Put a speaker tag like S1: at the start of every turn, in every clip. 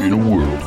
S1: In a world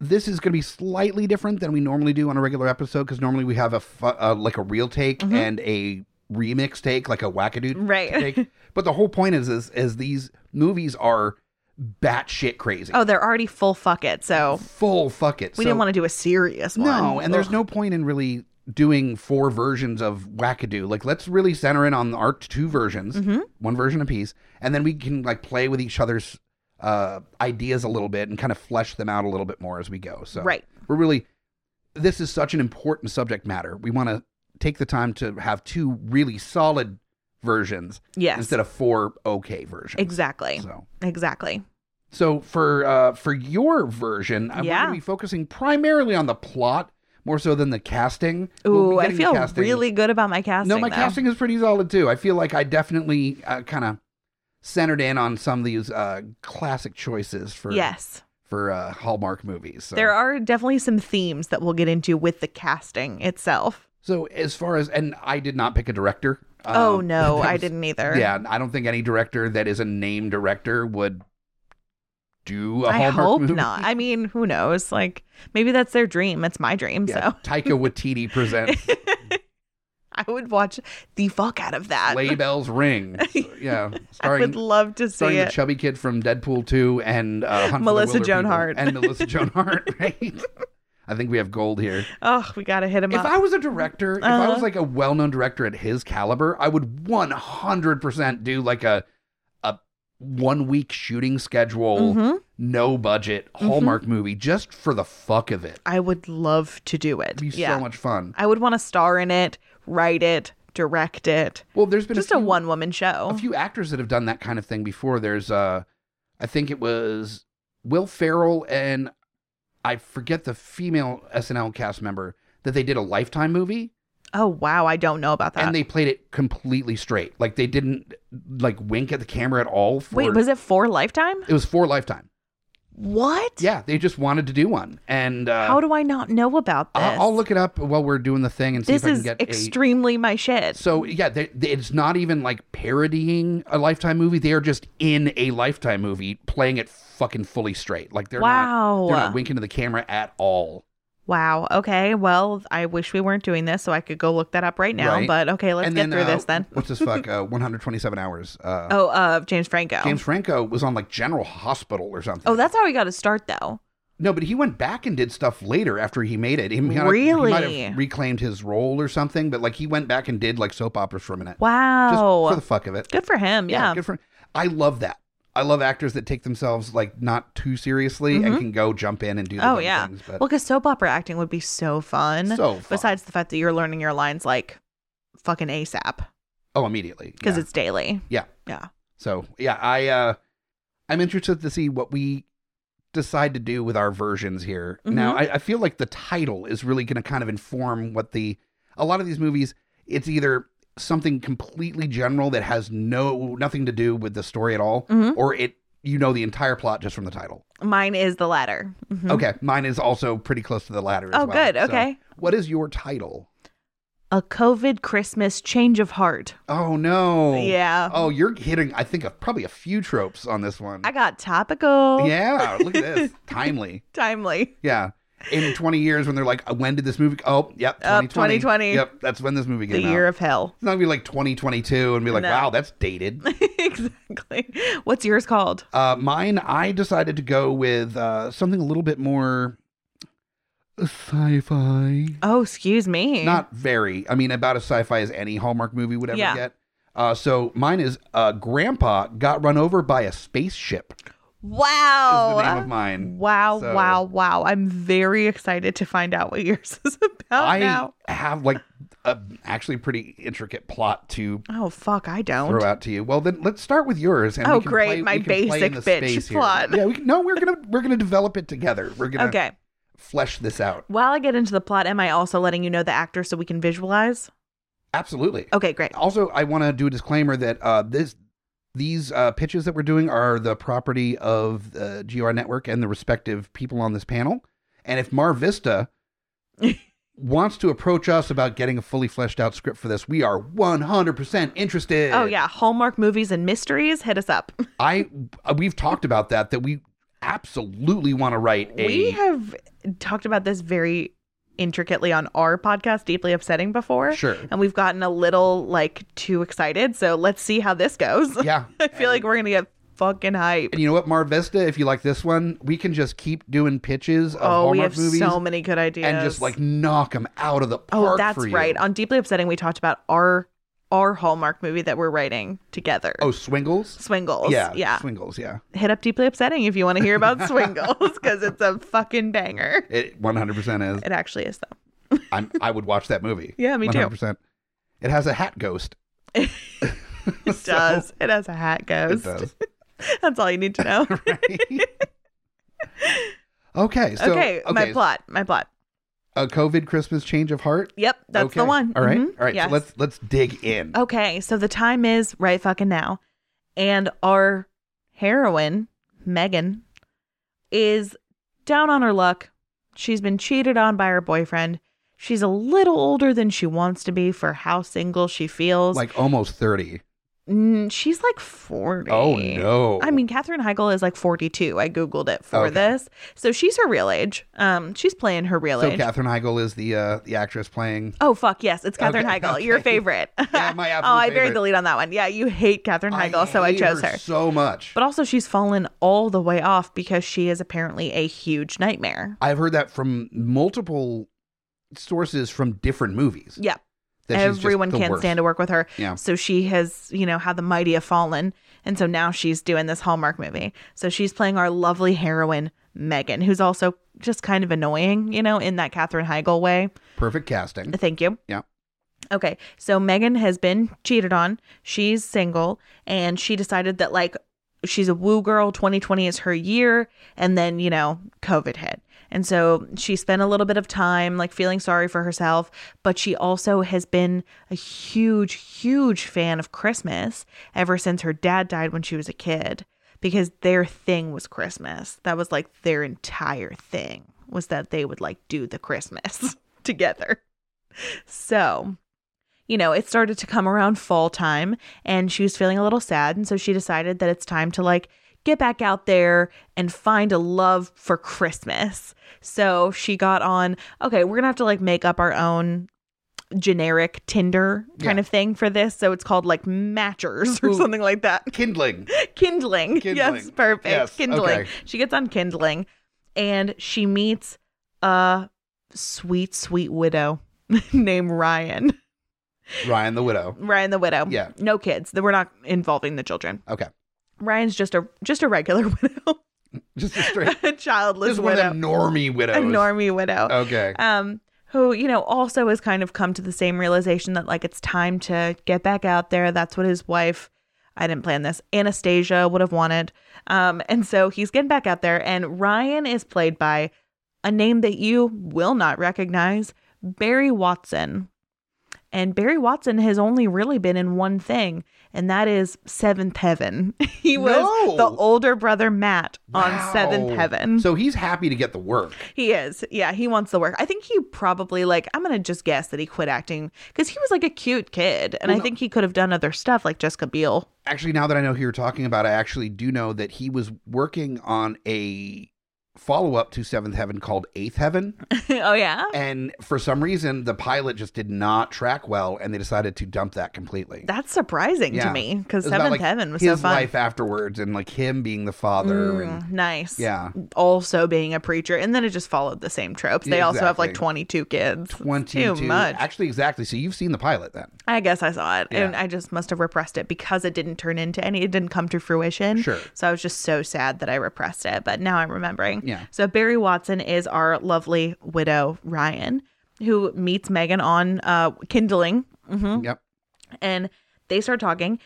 S2: this is going to be slightly different than we normally do on a regular episode because normally we have a fu- uh, like a real take
S3: Mhm.
S2: and a remix take, like a wackadoo
S3: Right.
S2: take. But the whole point is, is is these movies are batshit crazy.
S3: Oh, they're already full fuck it. So
S2: Full fuck it.
S3: we didn't want to do a serious one.
S2: No, and there's
S3: Ugh.
S2: no point in really doing four versions of Wackadoo. Like, let's really center in on our two versions,
S3: Mm-hmm.
S2: one version apiece, and then we can like play with each other's uh, ideas a little bit and kind of flesh them out a little bit more as we go. So,
S3: Right.
S2: we're really this is such an important subject matter. We want to take the time to have two really solid versions
S3: Yes.
S2: instead of four okay versions.
S3: exactly.
S2: So.
S3: Exactly.
S2: So for uh, for your version, I'm going
S3: Yeah.
S2: to be focusing primarily on the plot more so than the casting. We'll be
S3: Ooh, I
S2: getting the
S3: feel
S2: casting.
S3: really good about my casting.
S2: no, my
S3: though.
S2: casting is pretty solid too. I feel like I definitely uh, kind of centered in on some of these uh, classic choices for
S3: Yes.
S2: for uh, Hallmark movies. So.
S3: There are definitely some themes that we'll get into with the casting itself.
S2: so as far as and I did not pick a director. Um,
S3: oh no,
S2: that
S3: I
S2: was-
S3: didn't either.
S2: Yeah, I don't think any director that is a named director would do a
S3: I
S2: Hallmark
S3: hope
S2: movie.
S3: not. I mean, who knows? Like maybe that's their dream. It's my dream.
S2: Yeah, Taika Waititi presents
S3: So I would watch the fuck out of that.
S2: Sleigh Bells Ring. Yeah,
S3: I would
S2: starring,
S3: love to see
S2: starring the
S3: it.
S2: chubby kid from Deadpool 2 and uh, Hunt for the
S3: Melissa
S2: Wilder
S3: Joan
S2: People.
S3: Hart.
S2: And Melissa Joan Hart, right? I think we have gold here.
S3: oh, we gotta hit him
S2: If
S3: up.
S2: I was a director, if I
S3: Uh-huh.
S2: was like a well-known director at his caliber, I would 100% do like a a one-week shooting schedule,
S3: Mhm.
S2: no budget Hallmark
S3: Mm-hmm.
S2: movie just for the fuck of it.
S3: I would love to do it.
S2: It'd be
S3: yeah.
S2: so much fun.
S3: I would want to star in it, write it, direct it.
S2: Well, there's been
S3: Just
S2: a,
S3: a
S2: few-
S3: one woman show.
S2: a few actors that have done that kind of thing before. There's uh I think it was Will Ferrell and I forget the female SNL cast member that they did a lifetime movie
S3: oh wow, I don't know about that.
S2: and they played it completely straight. Like they didn't like wink at the camera at all for
S3: Wait, was it for Lifetime?
S2: it was for lifetime.
S3: What?
S2: Yeah, they just wanted to do one. And uh
S3: How do I not know about this?
S2: I- I'll look it up while we're doing the thing and see
S3: This
S2: if I can
S3: is
S2: get a
S3: extremely my shit.
S2: So yeah, they, they- it's not even like parodying a Lifetime movie. They are just in a Lifetime movie, playing it fucking fully straight. Like they're
S3: Wow.
S2: not they're not winking to the camera at all.
S3: Wow. Okay. Well, I wish we weren't doing this so I could go look that up right now.
S2: Right.
S3: But okay, let's
S2: and
S3: get
S2: then,
S3: through
S2: uh,
S3: this then.
S2: What's this fuck? Uh, 127 hours. Uh,
S3: Oh, uh, James Franco.
S2: James Franco was on like General Hospital or something.
S3: oh, that's how we got to start though.
S2: no, but he went back and did stuff later after he made it. He, might have- he might
S3: Really?
S2: have reclaimed his role or something, but like he went back and did like soap operas for a minute, just
S3: Wow.
S2: for the fuck of it.
S3: good for him. Yeah.
S2: good for. I love that. I love actors that take themselves like not too seriously and can go jump in and do. The
S3: Mm-hmm. oh
S2: dumb
S3: yeah.
S2: things, but
S3: well, because soap opera acting would be so fun.
S2: So fun.
S3: Besides the fact that you're learning your lines like fucking ASAP
S2: oh, immediately
S3: because
S2: yeah.
S3: it's daily.
S2: yeah.
S3: Yeah.
S2: So yeah, I uh, I'm interested to see what we decide to do with our versions here. Now,
S3: Mm-hmm.
S2: I, I feel like the title is really going to kind of inform what the a lot of these movies. It's either something completely general that has no nothing to do with the story at all,
S3: Mhm.
S2: or it you know the entire plot just from the title.
S3: Mine is the latter. Mhm.
S2: Okay, mine is also pretty close to the latter. as
S3: Oh,
S2: well.
S3: good,
S2: So,
S3: okay.
S2: what is your title?
S3: A COVID Christmas change of heart.
S2: Oh no.
S3: Yeah.
S2: Oh, you're hitting. I think of probably a few tropes on this one.
S3: I got topical.
S2: yeah. Look at this. Timely.
S3: Timely.
S2: Yeah. In 20 years, when they're like, "Uh, when did this movie? Oh, yep,
S3: Up,
S2: 2020.
S3: 2020.
S2: Yep, that's when this movie
S3: The
S2: came out.
S3: year of hell.
S2: it's not gonna be like 2022 and be like,
S3: No.
S2: wow, that's dated.
S3: exactly. What's yours called?
S2: Uh, mine, I decided to go with uh, something a little bit more sci-fi.
S3: Oh, excuse me.
S2: Not very. I mean, about as sci-fi as any Hallmark movie would ever
S3: Yeah.
S2: get. Uh, so mine is uh, Grandpa got run over by a spaceship. Is
S3: wow.
S2: the name of mine.
S3: Wow,
S2: So-
S3: wow, wow. I'm very excited to find out what yours is about
S2: I
S3: now.
S2: have like a actually pretty intricate plot to
S3: Oh, fuck, I don't.
S2: throw out to you. Well, then let's start with yours. And
S3: Oh,
S2: we can
S3: great,
S2: play-
S3: my
S2: we can play in
S3: basic
S2: the
S3: bitch
S2: space here.
S3: plot.
S2: Yeah, we can, no, we're gonna we're gonna develop it together. We're gonna
S3: Okay.
S2: flesh this out.
S3: While I get into the plot, am I also letting you know the actor so we can visualize?
S2: Absolutely.
S3: Okay, great. Oh,
S2: Also, I want to do a disclaimer that uh, this these uh, pitches that we're doing are the property of the GR Network and the respective people on this panel. And if Mar Vista wants to approach us about getting a fully fleshed out script for this, we are 100% interested.
S3: Oh, yeah. Hallmark movies and mysteries, hit us up.
S2: I uh, we've talked about that that we absolutely want to write a
S3: We have talked about this very intricately on our podcast, Deeply Upsetting, before.
S2: sure.
S3: And we've gotten a little like too excited. So let's see how this goes.
S2: Yeah.
S3: I feel like we're going to get fucking hype.
S2: And you know what, Mar Vista, if you like this one, we can just keep doing pitches of
S3: Oh,
S2: Hallmark
S3: we have
S2: movies
S3: so many good ideas.
S2: and just like knock them out of the park.
S3: Oh, that's
S2: for you.
S3: right. On Deeply Upsetting, we talked about our our Hallmark movie that we're writing together.
S2: Oh, Swingles?
S3: Swingles.
S2: Yeah.
S3: Yeah.
S2: Swingles, yeah.
S3: Hit up Deeply Upsetting if you want to hear about Swingles because it's a fucking banger.
S2: It 100% is.
S3: It actually is, though.
S2: I'm, I would watch that movie.
S3: Yeah, me too.
S2: 100%. It has a hat ghost.
S3: It does. It has a hat
S2: It
S3: ghost.
S2: does.
S3: That's all you need to know.
S2: Right? okay. So,
S3: okay, my plot. My plot.
S2: A COVID Christmas change of heart.
S3: Yep, that's the
S2: Okay.
S3: one.
S2: All right.
S3: Mhm.
S2: All right.
S3: Yes. Oh,
S2: So let's let's dig in.
S3: Okay, so the time is right fucking now. And our heroine, Megan, is down on her luck. She's been cheated on by her boyfriend. She's a little older than she wants to be for how single she feels.
S2: Like almost thirty.
S3: Mm, she's like 40.
S2: Oh no.
S3: I mean, Katherine Heigl is like 42. I Googled it for
S2: Okay.
S3: this. So she's her real age. Um, She's playing her real
S2: so
S3: age.
S2: Katherine Heigl is the uh, the actress playing.
S3: Oh fuck yes, it's Katherine
S2: Okay,
S3: Heigl, your
S2: okay.
S3: favorite.
S2: Yeah, my absolute
S3: oh, I buried
S2: favorite.
S3: the lead on that one. Yeah, you hate Katherine Heigl, so I
S2: hate
S3: chose her.
S2: so much.
S3: But also, she's fallen all the way off because she is apparently a huge nightmare.
S2: I've heard that from multiple sources from different movies.
S3: Yeah,
S2: That she's just
S3: everyone
S2: the
S3: can't
S2: worst.
S3: stand to work with her.
S2: Yeah.
S3: So she has, you know, how the mighty have fallen, and so now she's doing this Hallmark movie. So she's playing our lovely heroine Megan, who's also just kind of annoying, you know, in that Katherine Heigl way.
S2: Perfect casting.
S3: Thank you.
S2: Yeah.
S3: Okay. So Megan has been cheated on. She's single and she decided that like she's a woo girl, 2020 is her year and then, you know, COVID hit. And so she spent a little bit of time like feeling sorry for herself, but she also has been a huge huge fan of Christmas ever since her dad died when she was a kid because their thing was Christmas. That was like their entire thing was that they would like do the Christmas together. So, you know, it started to come around fall time and she was feeling a little sad. And so she decided that it's time to like get back out there and find a love for Christmas. So she got on, okay, we're going to have to like make up our own generic Tinder kind
S2: Yeah.
S3: of thing for this. So it's called like Matchers or
S2: Ooh.
S3: something like that.
S2: Kindling.
S3: Kindling. Yes,
S2: Kindling.
S3: perfect.
S2: Yes,
S3: Kindling.
S2: okay.
S3: She gets on Kindling and she meets a sweet, sweet widow named Ryan.
S2: Ryan the Widow.
S3: Ryan the widow.
S2: Yeah.
S3: No kids. We're not involving the children.
S2: Okay.
S3: Ryan's just a just a regular widow.
S2: Just a straight.
S3: a childless
S2: just one of
S3: widow.
S2: them normie widows. Oh,
S3: a normie widow.
S2: Okay.
S3: Um who, you know, also has kind of come to the same realization that like it's time to get back out there. That's what his wife I didn't plan this. Anastasia would have wanted. Um, and so he's getting back out there, and Ryan is played by a name that you will not recognize, Barry Watson. And Barry Watson has only really been in one thing, and that is Seventh Heaven. he was
S2: No!
S3: the older brother Matt on
S2: Wow.
S3: Seventh Heaven.
S2: So he's happy to get the work.
S3: He is. Yeah, he wants the work. I think he probably like I'm going to just guess that he quit acting cuz he was like a cute kid and I think he could have done other stuff like Jessica Biel.
S2: Actually, now that I know who you're talking about, I actually do know that he was working on a follow up to Seventh Heaven called Eighth Heaven.
S3: oh yeah.
S2: and for some reason, the pilot just did not track well and they decided to dump that completely.
S3: That's surprising
S2: Yeah.
S3: to me
S2: It
S3: because
S2: was about,
S3: Seventh
S2: like,
S3: Heaven was so
S2: his
S3: fun.
S2: life afterwards and like him being the father.
S3: Mm,
S2: And
S3: nice.
S2: yeah,
S3: Also being a preacher, and then it just followed the same tropes. They also have like
S2: Exactly.
S3: 22 kids. It's
S2: 22.
S3: Too much.
S2: Actually, exactly. So you've seen the pilot then.
S3: I guess I saw it,
S2: Yeah.
S3: and I just must have repressed it because it didn't turn into any. It didn't come to fruition.
S2: Sure.
S3: So I was just so sad that I repressed it, but now I'm remembering.
S2: Yeah.
S3: So Barry Watson is our lovely widow Ryan, who meets Megan on uh, Kindling, Mhm.
S2: Yep.
S3: and they start talking.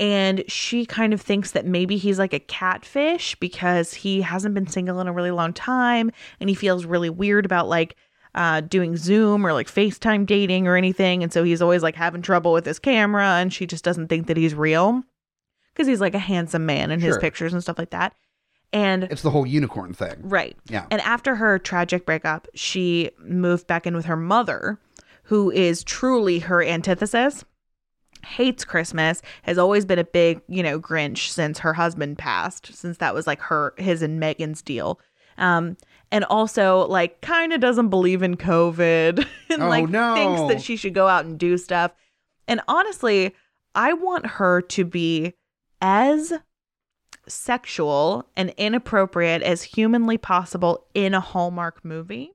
S3: And she kind of thinks that maybe he's like a catfish because he hasn't been single in a really long time, and he feels really weird about like uh, doing Zoom or like FaceTime dating or anything. And so he's always like having trouble with his camera and she just doesn't think that he's real because he's like a handsome man in his
S2: Sure.
S3: pictures and stuff like that. And
S2: It's the whole unicorn thing.
S3: right.
S2: Yeah.
S3: And after her tragic breakup, she moved back in with her mother, who is truly her antithesis. Hates Christmas, has always been a big, you know, Grinch since her husband passed, since that was like her his and Megan's deal. Um and also like kind of doesn't believe in COVID and
S2: Oh,
S3: like
S2: no.
S3: thinks that she should go out and do stuff. And honestly, I want her to be as sexual and inappropriate as humanly possible in a Hallmark movie.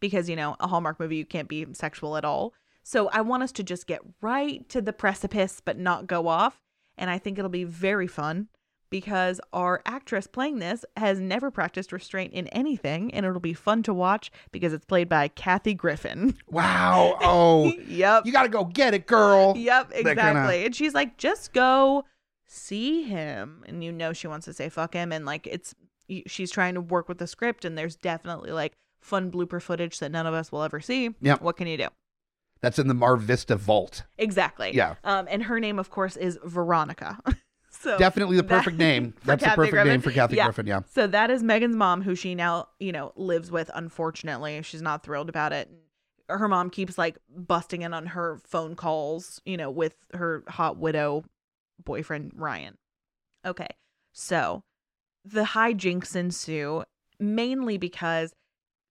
S3: Because, you know, a Hallmark movie, you can't be sexual at all. So I want us to just get right to the precipice, but not go off. And I think it'll be very fun because our actress playing this has never practiced restraint in anything. And it'll be fun to watch because it's played by Kathy Griffin.
S2: Wow. Oh,
S3: yep.
S2: you got to go get it, girl.
S3: Yep,
S2: kinda-
S3: exactly. And she's like, just go see him. And you know, she wants to say fuck him. And like, it's, y- she's trying to work with the script. And there's definitely like fun blooper footage that none of us will ever see.
S2: Yep.
S3: What can you do?
S2: That's in the Mar Vista vault.
S3: Exactly.
S2: Yeah.
S3: Um, and her name, of course, is Veronica. so
S2: Definitely the
S3: that-
S2: perfect name.
S3: for
S2: That's the
S3: Kathy
S2: perfect
S3: Griffin.
S2: name for Kathy
S3: Yeah.
S2: Griffin. Yeah.
S3: So that is Megan's mom, who she now, you know, lives with. Unfortunately, she's not thrilled about it. Her mom keeps like busting in on her phone calls, you know, with her hot widow boyfriend, Ryan. Okay. So the hijinks ensue mainly because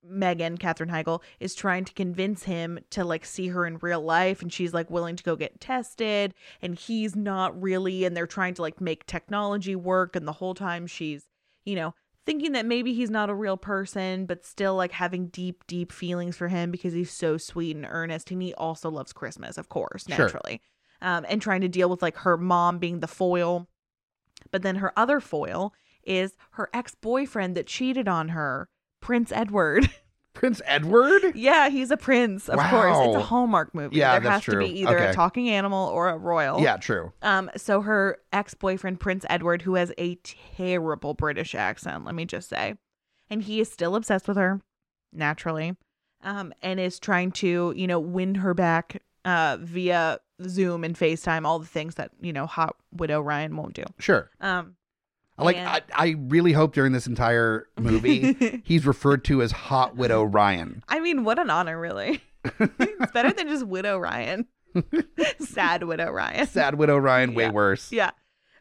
S3: Megan, Katherine Heigl, is trying to convince him to like see her in real life and she's like willing to go get tested and he's not really and they're trying to like make technology work and the whole time she's, you know, thinking that maybe he's not a real person but still like having deep deep feelings for him because he's so sweet and earnest and he also loves Christmas, of course,
S2: Sure.
S3: naturally. Um and trying to deal with like her mom being the foil. But then her other foil is her ex-boyfriend that cheated on her, Prince Edward.
S2: Prince Edward?
S3: Yeah, he's a prince, of course. It's
S2: Wow.
S3: a Hallmark movie.
S2: Yeah,
S3: there
S2: that's
S3: has to be
S2: true.
S3: either
S2: Okay.
S3: a talking animal or a royal.
S2: Yeah, true.
S3: Um, so her ex-boyfriend, Prince Edward, who has a terrible British accent, let me just say. And he is still obsessed with her, naturally. Um, and is trying to, you know, win her back uh via Zoom and FaceTime, all the things that, you know, hot widow Ryan won't do.
S2: Sure.
S3: Um
S2: I Like,
S3: And-
S2: I, I really hope during this entire movie, he's referred to as Hot Widow Ryan.
S3: I mean, what an honor, really. it's better than just Widow Ryan. Sad Widow Ryan.
S2: Sad Widow Ryan, way
S3: Yeah.
S2: worse.
S3: Yeah.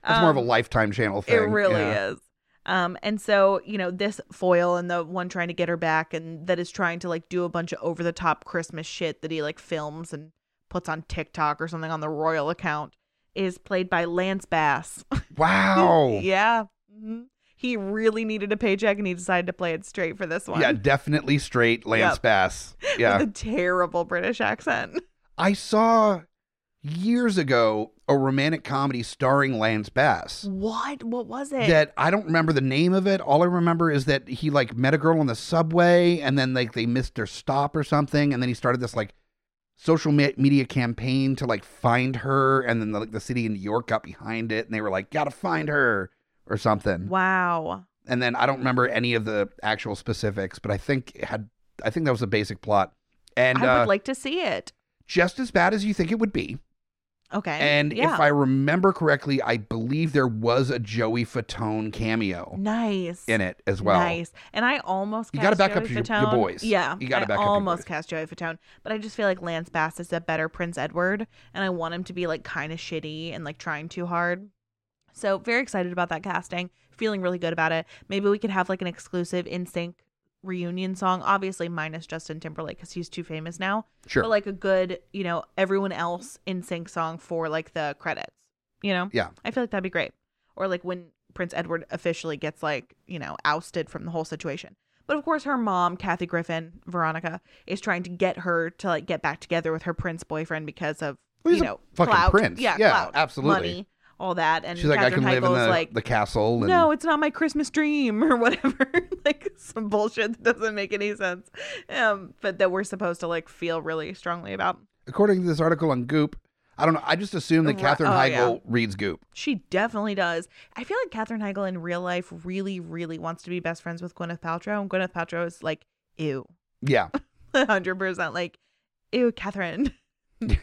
S2: That's more of a
S3: Um,
S2: lifetime channel thing.
S3: It really
S2: Yeah.
S3: is. Um, and so, you know, this foil and the one trying to get her back and that is trying to like do a bunch of over the top Christmas shit that he like films and puts on TikTok or something on the royal account is played by Lance Bass.
S2: Wow.
S3: yeah. Mhm. He really needed a paycheck and he decided to play it straight for this one.
S2: Yeah, definitely straight Lance
S3: Yep.
S2: Bass. Yeah.
S3: With a terrible British accent.
S2: I saw years ago a romantic comedy starring Lance Bass.
S3: What? What was it?
S2: That I don't remember the name of it. All I remember is that he like met a girl on the subway and then like they missed their stop or something and then he started this like social me- media campaign to like find her and then like the city in New York got behind it and they were like got to find her or something.
S3: wow.
S2: And then I don't remember any of the actual specifics, but I think it had I think that was the basic plot. And
S3: I
S2: uh,
S3: would like to see it.
S2: just as bad as you think it would be.
S3: Okay.
S2: And
S3: yeah.
S2: if I remember correctly, I believe there was a Joey Fatone cameo
S3: nice.
S2: in it as well.
S3: Nice. And I almost
S2: You
S3: cast
S2: gotta back up
S3: Joey
S2: your- your
S3: Fatone.
S2: boys.
S3: Yeah.
S2: You gotta
S3: I
S2: back up your
S3: almost
S2: boys.
S3: cast Joey Fatone, but I just feel like Lance Bass is a better Prince Edward, and I want him to be like kind of shitty and like trying too hard. So very excited about that casting. Feeling really good about it. Maybe we could have like an exclusive in sync reunion song. Obviously, minus Justin Timberlake because he's too famous now.
S2: Sure.
S3: But like a good, you know, everyone else in sync song for like the credits. You know.
S2: Yeah.
S3: I feel like that'd be great. Or like when Prince Edward officially gets like, you know, ousted from the whole situation. But of course her mom, Kathy Griffin, Veronica, is trying to get her to like get back together with her prince boyfriend because of
S2: Well, he's
S3: you
S2: a
S3: know
S2: fucking
S3: clout.
S2: prince.
S3: Yeah,
S2: Yeah,
S3: clout,
S2: absolutely.
S3: Money, all that. And
S2: She's like, I can
S3: Katherine
S2: live in
S3: Heigl's
S2: the,
S3: like
S2: the castle. And,
S3: no, it's not my Christmas dream or whatever. like some bullshit that doesn't make any sense. Um, but that we're supposed to like feel really strongly about.
S2: According to this article on Goop, I don't know. I just assume that
S3: Ri-
S2: Katherine
S3: oh,
S2: Heigl
S3: yeah.
S2: reads Goop.
S3: She definitely does. I feel like Katherine Heigl in real life really, really wants to be best friends with Gwyneth Paltrow, and Gwyneth Paltrow is like, ew,
S2: Yeah.
S3: hundred percent, like, ew, Catherine. that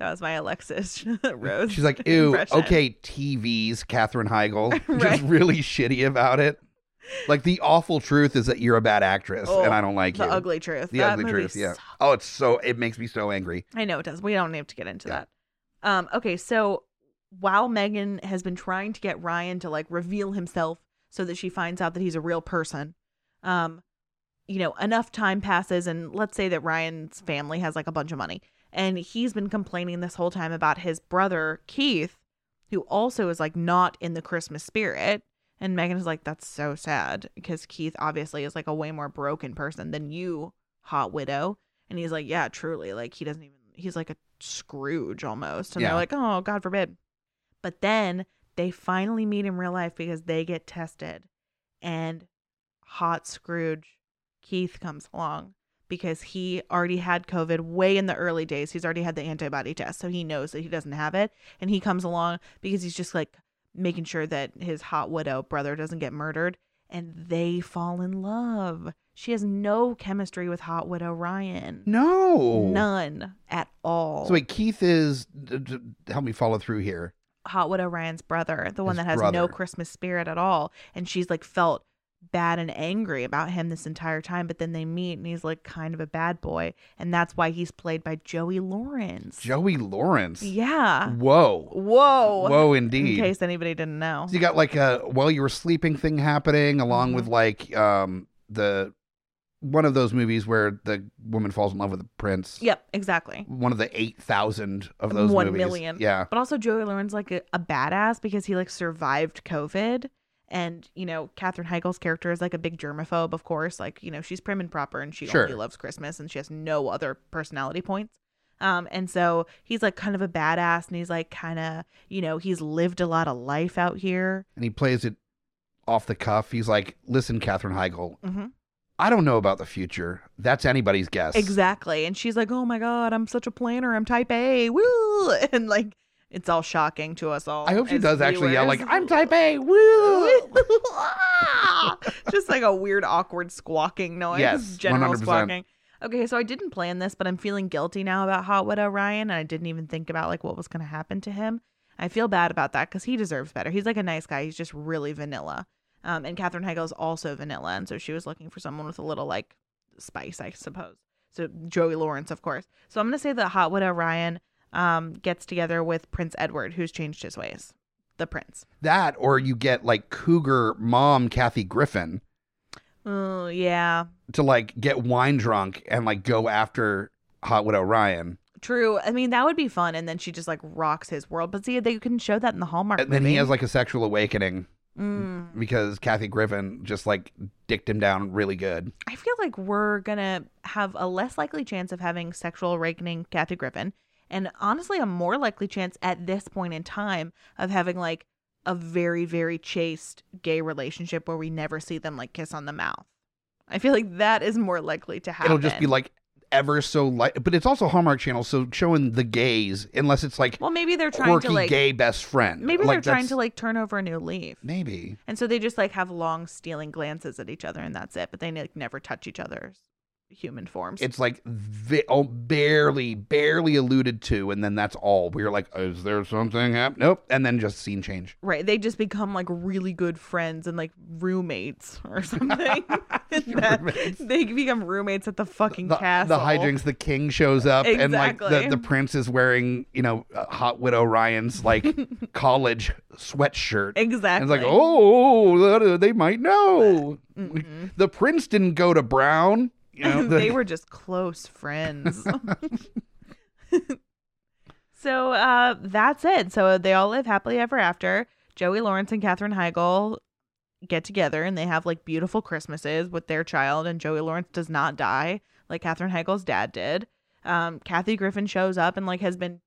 S3: was my Alexis Rose.
S2: She's like, ew,
S3: impression.
S2: okay, TV's Katherine Heigl.
S3: Right.
S2: Just really shitty about it. Like, the awful truth is that you're a bad actress
S3: Oh,
S2: and I don't like
S3: the
S2: you.
S3: ugly truth.
S2: the
S3: That
S2: ugly
S3: movie
S2: truth, yeah.
S3: sucked.
S2: Oh, it's so, it makes me so angry.
S3: I know it does. We don't need to get into
S2: Yeah.
S3: that. Um, okay, so while Megan has been trying to get Ryan to like reveal himself so that she finds out that he's a real person, um, you know, enough time passes and let's say that Ryan's family has like a bunch of money and he's been complaining this whole time about his brother Keith who also is like not in the Christmas spirit. And Megan is like, that's so sad because Keith obviously is like a way more broken person than you, hot widow. And he's like, yeah, truly. Like, he doesn't even, he's like a Scrooge almost. And
S2: Yeah.
S3: they're like, oh, God forbid. But then they finally meet in real life because they get tested. And hot Scrooge Keith comes along because he already had COVID way in the early days. He's already had the antibody test, so he knows that he doesn't have it. And he comes along because he's just like making sure that his hot widow brother doesn't get murdered. And they fall in love. She has no chemistry with hot widow Ryan,
S2: No.
S3: none at all.
S2: So wait, Keith is. d- d- help me follow through here.
S3: Hot Widow Ryan's brother, the one
S2: His
S3: that has no
S2: brother.
S3: Christmas spirit at all. And she's like felt bad and angry about him this entire time. But then they meet and he's like kind of a bad boy. And that's why he's played by Joey Lawrence.
S2: Joey Lawrence.
S3: yeah.
S2: Whoa.
S3: Whoa.
S2: Whoa,
S3: In
S2: indeed.
S3: case anybody didn't know.
S2: So you got like a while you were sleeping thing happening, along
S3: Mm-hmm.
S2: with like um the one of those movies where the woman falls in love with the prince.
S3: Yep, exactly.
S2: One of the eight thousand of those.
S3: One
S2: movies.
S3: million.
S2: Yeah.
S3: But also Joey Lauren's like a, a badass because he like survived COVID. And, you know, Katherine Heigl's character is like a big germaphobe, of course. Like, you know, she's prim and proper and she
S2: Sure.
S3: only loves Christmas and she has no other personality points. Um, and so he's like kind of a badass and he's like kind of, you know, he's lived a lot of life out here.
S2: And he plays it off the cuff. He's like, "Listen, Katherine Heigl,
S3: Mm-hmm.
S2: I don't know about the future. That's anybody's guess."
S3: Exactly. And she's like, oh my God, I'm such a planner. I'm type A. Woo. And like, it's all shocking to us all.
S2: I hope she
S3: as
S2: does actually yell like,
S3: viewers.
S2: "I'm Type A." Woo.
S3: just like a weird, awkward squawking noise.
S2: Yes,
S3: general
S2: 100%.
S3: squawking. Okay, so I didn't plan this, but I'm feeling guilty now about Hot Widow Ryan, and I didn't even think about like what was going to happen to him. I feel bad about that because he deserves better. He's like a nice guy. He's just really vanilla. Um, and Katherine Heigl is also vanilla, and so she was looking for someone with a little like spice, I suppose. So Joey Lawrence, of course. So I'm gonna say that Hot Widow Ryan um, gets together with Prince Edward, who's changed his ways. The prince.
S2: That, or you get like cougar mom Kathy Griffin
S3: Oh yeah,
S2: to like get wine drunk and like go after Hot Widow Ryan,
S3: True. I mean, that would be fun. And then she just like rocks his world. But see, they couldn't show that in the Hallmark
S2: and then he
S3: movie.
S2: has like a sexual awakening
S3: Mm.
S2: because Kathy Griffin just like dicked him down really good.
S3: I feel like we're gonna have a less likely chance of having sexual awakening Kathy Griffin, and honestly, a more likely chance at this point in time of having like a very, very chaste gay relationship where we never see them like kiss on the mouth. I feel like that is more likely to happen.
S2: It'll just be like ever so light, but it's also Hallmark Channel, so showing the gays unless it's like
S3: well, maybe they're trying
S2: quirky
S3: to like,
S2: gay best friend.
S3: maybe
S2: like,
S3: they're trying
S2: that's-
S3: to like turn over a new leaf.
S2: maybe.
S3: And so they just like have long stealing glances at each other and that's it. But they like never touch each other's human forms.
S2: It's like vi- oh, barely, barely alluded to, and then that's all. We were like, "Is there something happening?" Nope, and then just scene change.
S3: right. They just become like really good friends and like roommates or something. And that-
S2: Roommates.
S3: they become roommates at the fucking
S2: the,
S3: castle.
S2: the hijinks the king shows up and like the,
S3: Exactly.
S2: the prince is wearing you know uh, hot widow ryan's like college sweatshirt and
S3: Exactly.
S2: it's like oh that- they might know
S3: Mhm.
S2: the prince didn't go to brown you know the-
S3: they were just close friends. so uh, that's it. So they all live happily ever after. Joey Lawrence and Katherine Heigl get together and they have like beautiful Christmases with their child, and Joey Lawrence does not die like Katherine Heigl's dad did. Um, Kathy Griffin shows up and like has been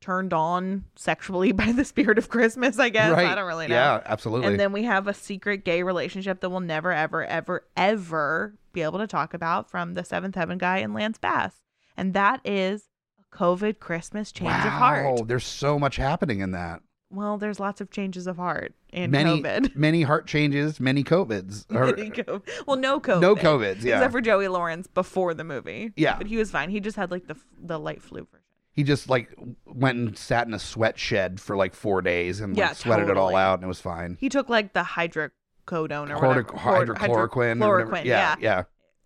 S3: turned on sexually by the spirit of Christmas, I guess.
S2: right
S3: I don't really know.
S2: yeah absolutely
S3: And then we have a secret gay relationship that we'll never, ever, ever, ever be able to talk about from the Seventh Heaven guy and Lance Bass. And that is a COVID Christmas change
S2: wow,
S3: of heart.
S2: there's so much happening in that
S3: Well, there's lots of changes of heart in
S2: many
S3: COVID.
S2: many heart changes many covids or,
S3: well, no COVID.
S2: no covids yeah
S3: Except for Joey Lawrence before the movie.
S2: Yeah.
S3: But he was fine. He just had like the the light flu version.
S2: he just like w- went and sat in a sweat shed for like four days and like,
S3: Yeah,
S2: sweated it all
S3: totally.
S2: out and it was fine
S3: He took like the hydrocodone or whatever.
S2: Hydro- hydrochloroquine. or whatever.
S3: Chloroquine,
S2: Yeah,
S3: yeah.
S2: yeah.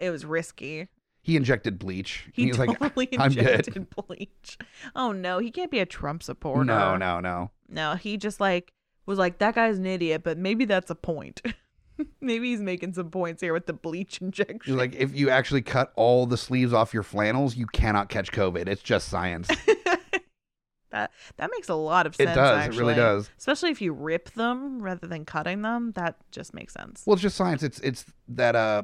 S3: It was risky.
S2: He injected bleach.
S3: He
S2: He's like,
S3: totally
S2: "I'm good."
S3: injected bleach. Oh no, he can't be a Trump supporter.
S2: no, no, no.
S3: No, he just like was like that guy's an idiot, but maybe that's a point. maybe he's making some points here with the bleach
S2: He's
S3: injection.
S2: like, if you actually cut all the sleeves off your flannels, you cannot catch COVID. It's just science.
S3: That that makes a lot of sense.
S2: does. It
S3: Actually.
S2: really does.
S3: Especially if you rip them rather than cutting them. That just makes sense.
S2: Well, it's just science. It's it's that uh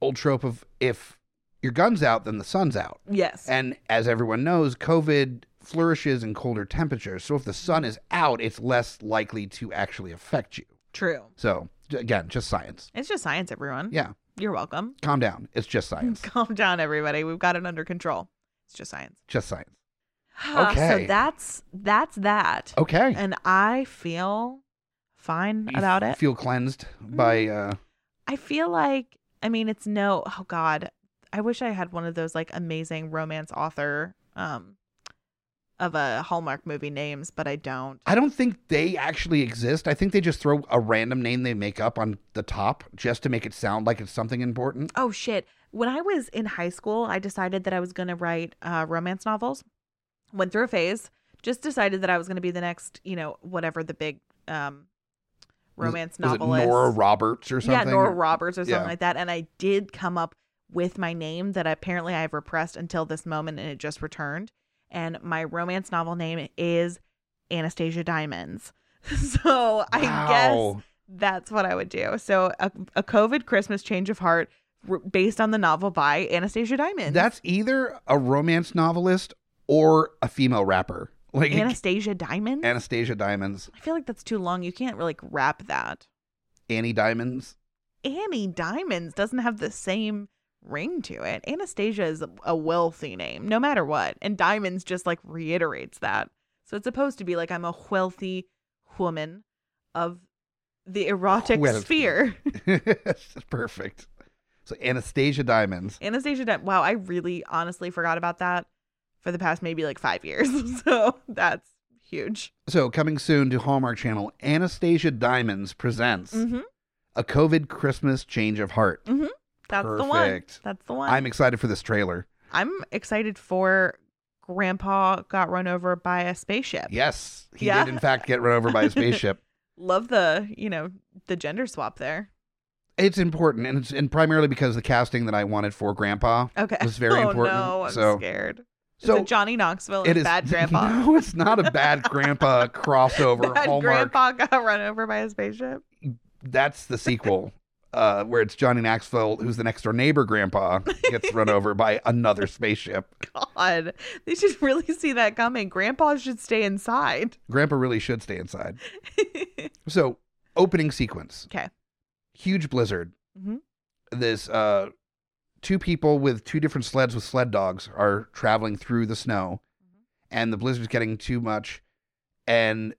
S2: old trope of if your gun's out, then the sun's out.
S3: yes.
S2: And as everyone knows, COVID flourishes in colder temperatures. So if the sun is out, it's less likely to actually affect you.
S3: True.
S2: So j- again, just science.
S3: It's just science, everyone.
S2: Yeah,
S3: You're welcome.
S2: calm down. It's just science.
S3: Calm down, everybody. We've got it under control. It's just science.
S2: just science.
S3: so
S2: Okay.
S3: that's that's that.
S2: Okay.
S3: And I feel fine
S2: You
S3: about it. Mm-hmm.
S2: Feel cleansed by uh
S3: I feel like I mean it's no oh god. I wish I had one of those like amazing romance author um of a Hallmark movie names, but I don't.
S2: I don't think they actually exist. I think they just throw a random name they make up on the top just to make it sound like it's something important.
S3: Oh shit. When I was in high school, I decided that I was going to write uh, romance novels. Went through a phase, just decided that I was going to be the next, you know, whatever the big um
S2: Was-
S3: romance
S2: was it
S3: novel is.
S2: Nora Roberts or something.
S3: Yeah, Nora Roberts or something
S2: Yeah.
S3: like that. And I did come up with my name that apparently I have repressed until this moment and it just returned. And my romance novel name is Anastasia Diamonds. So I guess
S2: Wow.
S3: that's what I would do. So a, a COVID Christmas change of heart r- based on the novel by Anastasia Diamonds.
S2: that's either a romance novelist or a female rapper. Like it-
S3: Anastasia Diamonds?
S2: Anastasia Diamonds,
S3: I feel like that's too long. You can't really wrap that.
S2: Annie Diamonds.
S3: Annie Diamonds doesn't have the same ring to it. Anastasia is a wealthy name, no matter what. And Diamonds just like reiterates that. So it's supposed to be like I'm a wealthy woman of the erotic
S2: Wealthy.
S3: sphere.
S2: That's perfect. So Anastasia Diamonds.
S3: Anastasia Di- Wow, I really honestly forgot about that for the past maybe like five years. so that's huge.
S2: So coming soon to Hallmark Channel, Anastasia Diamonds presents
S3: hmm
S2: a COVID Christmas change of heart.
S3: Mm. That's the one.
S2: Perfect.
S3: That's the one.
S2: I'm excited for this trailer.
S3: I'm excited for Grandpa got run over by a spaceship.
S2: Yes, he
S3: Yeah.
S2: did in fact get run over by a spaceship.
S3: love the you know the gender swap there
S2: It's important, and it's and primarily because the casting that I wanted for Grandpa
S3: okay
S2: was very
S3: oh,
S2: important.
S3: no i'm
S2: so,
S3: scared so
S2: so
S3: it's a johnny knoxville
S2: it
S3: and
S2: is
S3: bad grandpa
S2: No, it's not a bad Grandpa crossover.
S3: bad
S2: Hallmark.
S3: grandpa got run over by a spaceship
S2: That's the sequel, uh, where it's Johnny Knoxville, who's the next door neighbor Grandpa, gets run over by another spaceship.
S3: god they should really see that coming grandpa should stay inside
S2: Grandpa really should stay inside. So, opening sequence.
S3: 'Kay.
S2: Huge blizzard.
S3: Mhm.
S2: This uh, two people with two different sleds with sled dogs are traveling through the snow, and the blizzard's getting too much, and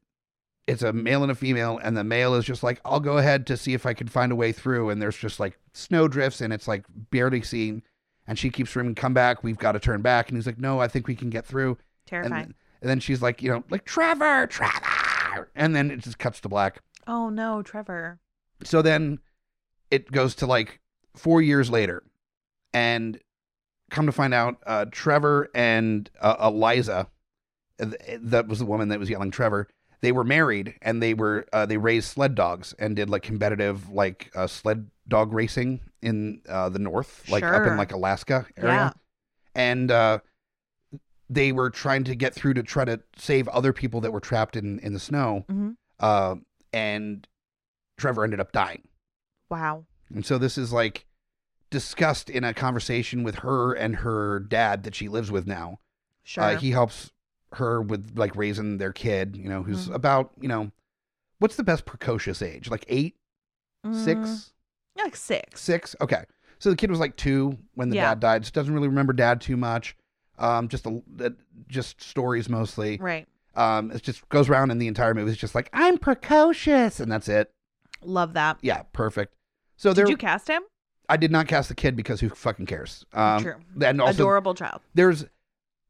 S2: it's a male and a female, and the male is just like, "I'll go ahead to see if I can find a way through," and there's just like snow drifts, and it's like barely seen, and she keeps screaming, "Come back! We've got to turn back!" And he's like, "No, I think we can get through." And,
S3: terrifying
S2: then- and then she's like, you know, like Trevor, Trevor, and then it just cuts to black.
S3: oh no trevor
S2: So then it goes to like four years later, and come to find out, uh, Trevor and uh, Eliza, uh, th- that was the woman that was yelling Trevor. They were married, and they were uh, they raised sled dogs and did like competitive like uh, sled dog racing in uh, the north, like up
S3: Sure.
S2: in like Alaska area
S3: yeah
S2: and uh, they were trying to get through to try to save other people that were trapped in in the snow.
S3: hmm
S2: Uh, and Trevor ended up dying,
S3: wow
S2: and so this is like discussed in a conversation with her and her dad that she lives with now.
S3: sure
S2: Uh, he helps her with like raising their kid, you know, who's
S3: Mhm.
S2: about you know, what's the best precocious age? Like eight,
S3: Mm,
S2: six,
S3: like six
S2: six. Okay, so the kid was like two when the
S3: Yeah.
S2: dad died. Just doesn't really remember dad too much. Um, just a, uh, just stories mostly.
S3: right
S2: Um, it just goes around in the entire movie. It's just like I'm precocious, and that's it.
S3: love that
S2: Yeah, perfect. So there,
S3: did you cast him
S2: I did not cast the kid because who fucking cares? Um,
S3: True.
S2: And also,
S3: adorable child
S2: there's.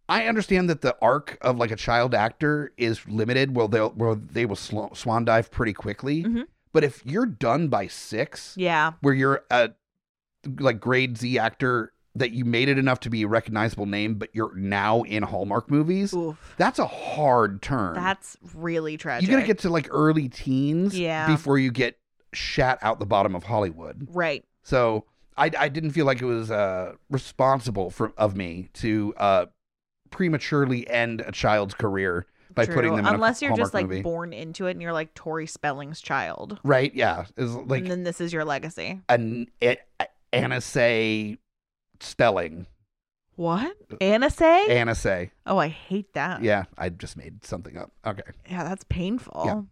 S2: I understand that the arc of like a child actor is limited. Well, they'll where they will sl- swan dive pretty quickly.
S3: Mhm.
S2: But if you're done by six,
S3: yeah
S2: where you're a like grade Z actor that you made it enough to be a recognizable name, but you're now in Hallmark movies.
S3: Oof.
S2: That's a hard turn.
S3: that's really tragic
S2: you gotta get to like early teens
S3: Yeah.
S2: before you get shat out the bottom of Hollywood.
S3: right
S2: So I, I didn't feel like it was uh, responsible for of me to uh, prematurely end a child's career by
S3: True.
S2: putting them in
S3: unless
S2: a
S3: you're just like
S2: Hallmark movie.
S3: born into it and you're like Tori Spelling's child,
S2: right? Yeah, is like
S3: and then this is your legacy.
S2: an a, a- Anise Stelling.
S3: What Anna say?
S2: Anise.
S3: oh, I hate that.
S2: Uh, Yeah, I just made something up. Okay,
S3: yeah, that's painful.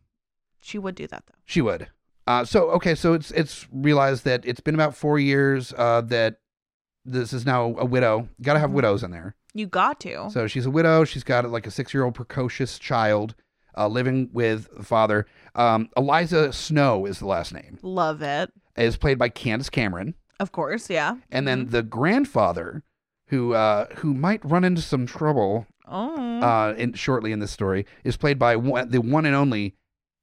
S3: She would do that though.
S2: she would. Uh, so okay, so it's it's realized that it's been about four years uh, that this is now a widow. Got to have
S3: Mhm.
S2: widows in there.
S3: You got to.
S2: So she's a widow. She's got like a six year old precocious child uh, living with the father. Um, Eliza Snow is the last name.
S3: Love it.
S2: Is played by Candace Cameron,
S3: Of course, yeah.
S2: and then
S3: Mhm.
S2: the grandfather, who uh, who might run into some trouble
S3: oh,
S2: uh, in, shortly in this story, is played by one, the one and only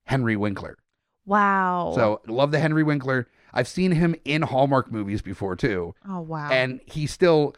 S2: Henry Winkler.
S3: wow.
S2: So love the Henry Winkler. I've seen him in Hallmark movies before too,
S3: oh wow.
S2: and he still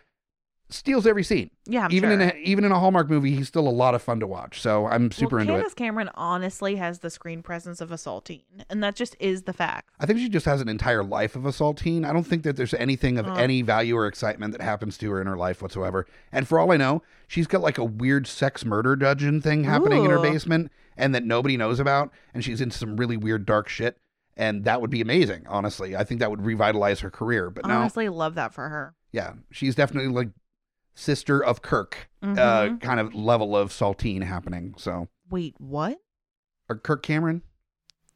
S2: steals every scene.
S3: yeah, I'm
S2: even
S3: sure.
S2: in a, even in a Hallmark movie, he's still a lot of fun to watch. So I'm super
S3: well,
S2: into it.
S3: Candace Cameron honestly has the screen presence of a saltine, and that just is the fact.
S2: I think she just has an entire life of a saltine. I don't think that there's anything of
S3: Oh.
S2: any value or excitement that happens to her in her life whatsoever. And for all I know, she's got like a weird sex murder dungeon thing happening in her
S3: Ooh.
S2: basement and that nobody knows about. And she's into some really weird dark shit. And that would be amazing, honestly. I think that would revitalize her career. But now,
S3: honestly, love that for her.
S2: yeah, she's definitely like sister of Kirk uh,
S3: Mhm.
S2: kind of level of saltine happening. So,
S3: Wait, what?
S2: or Kirk Cameron?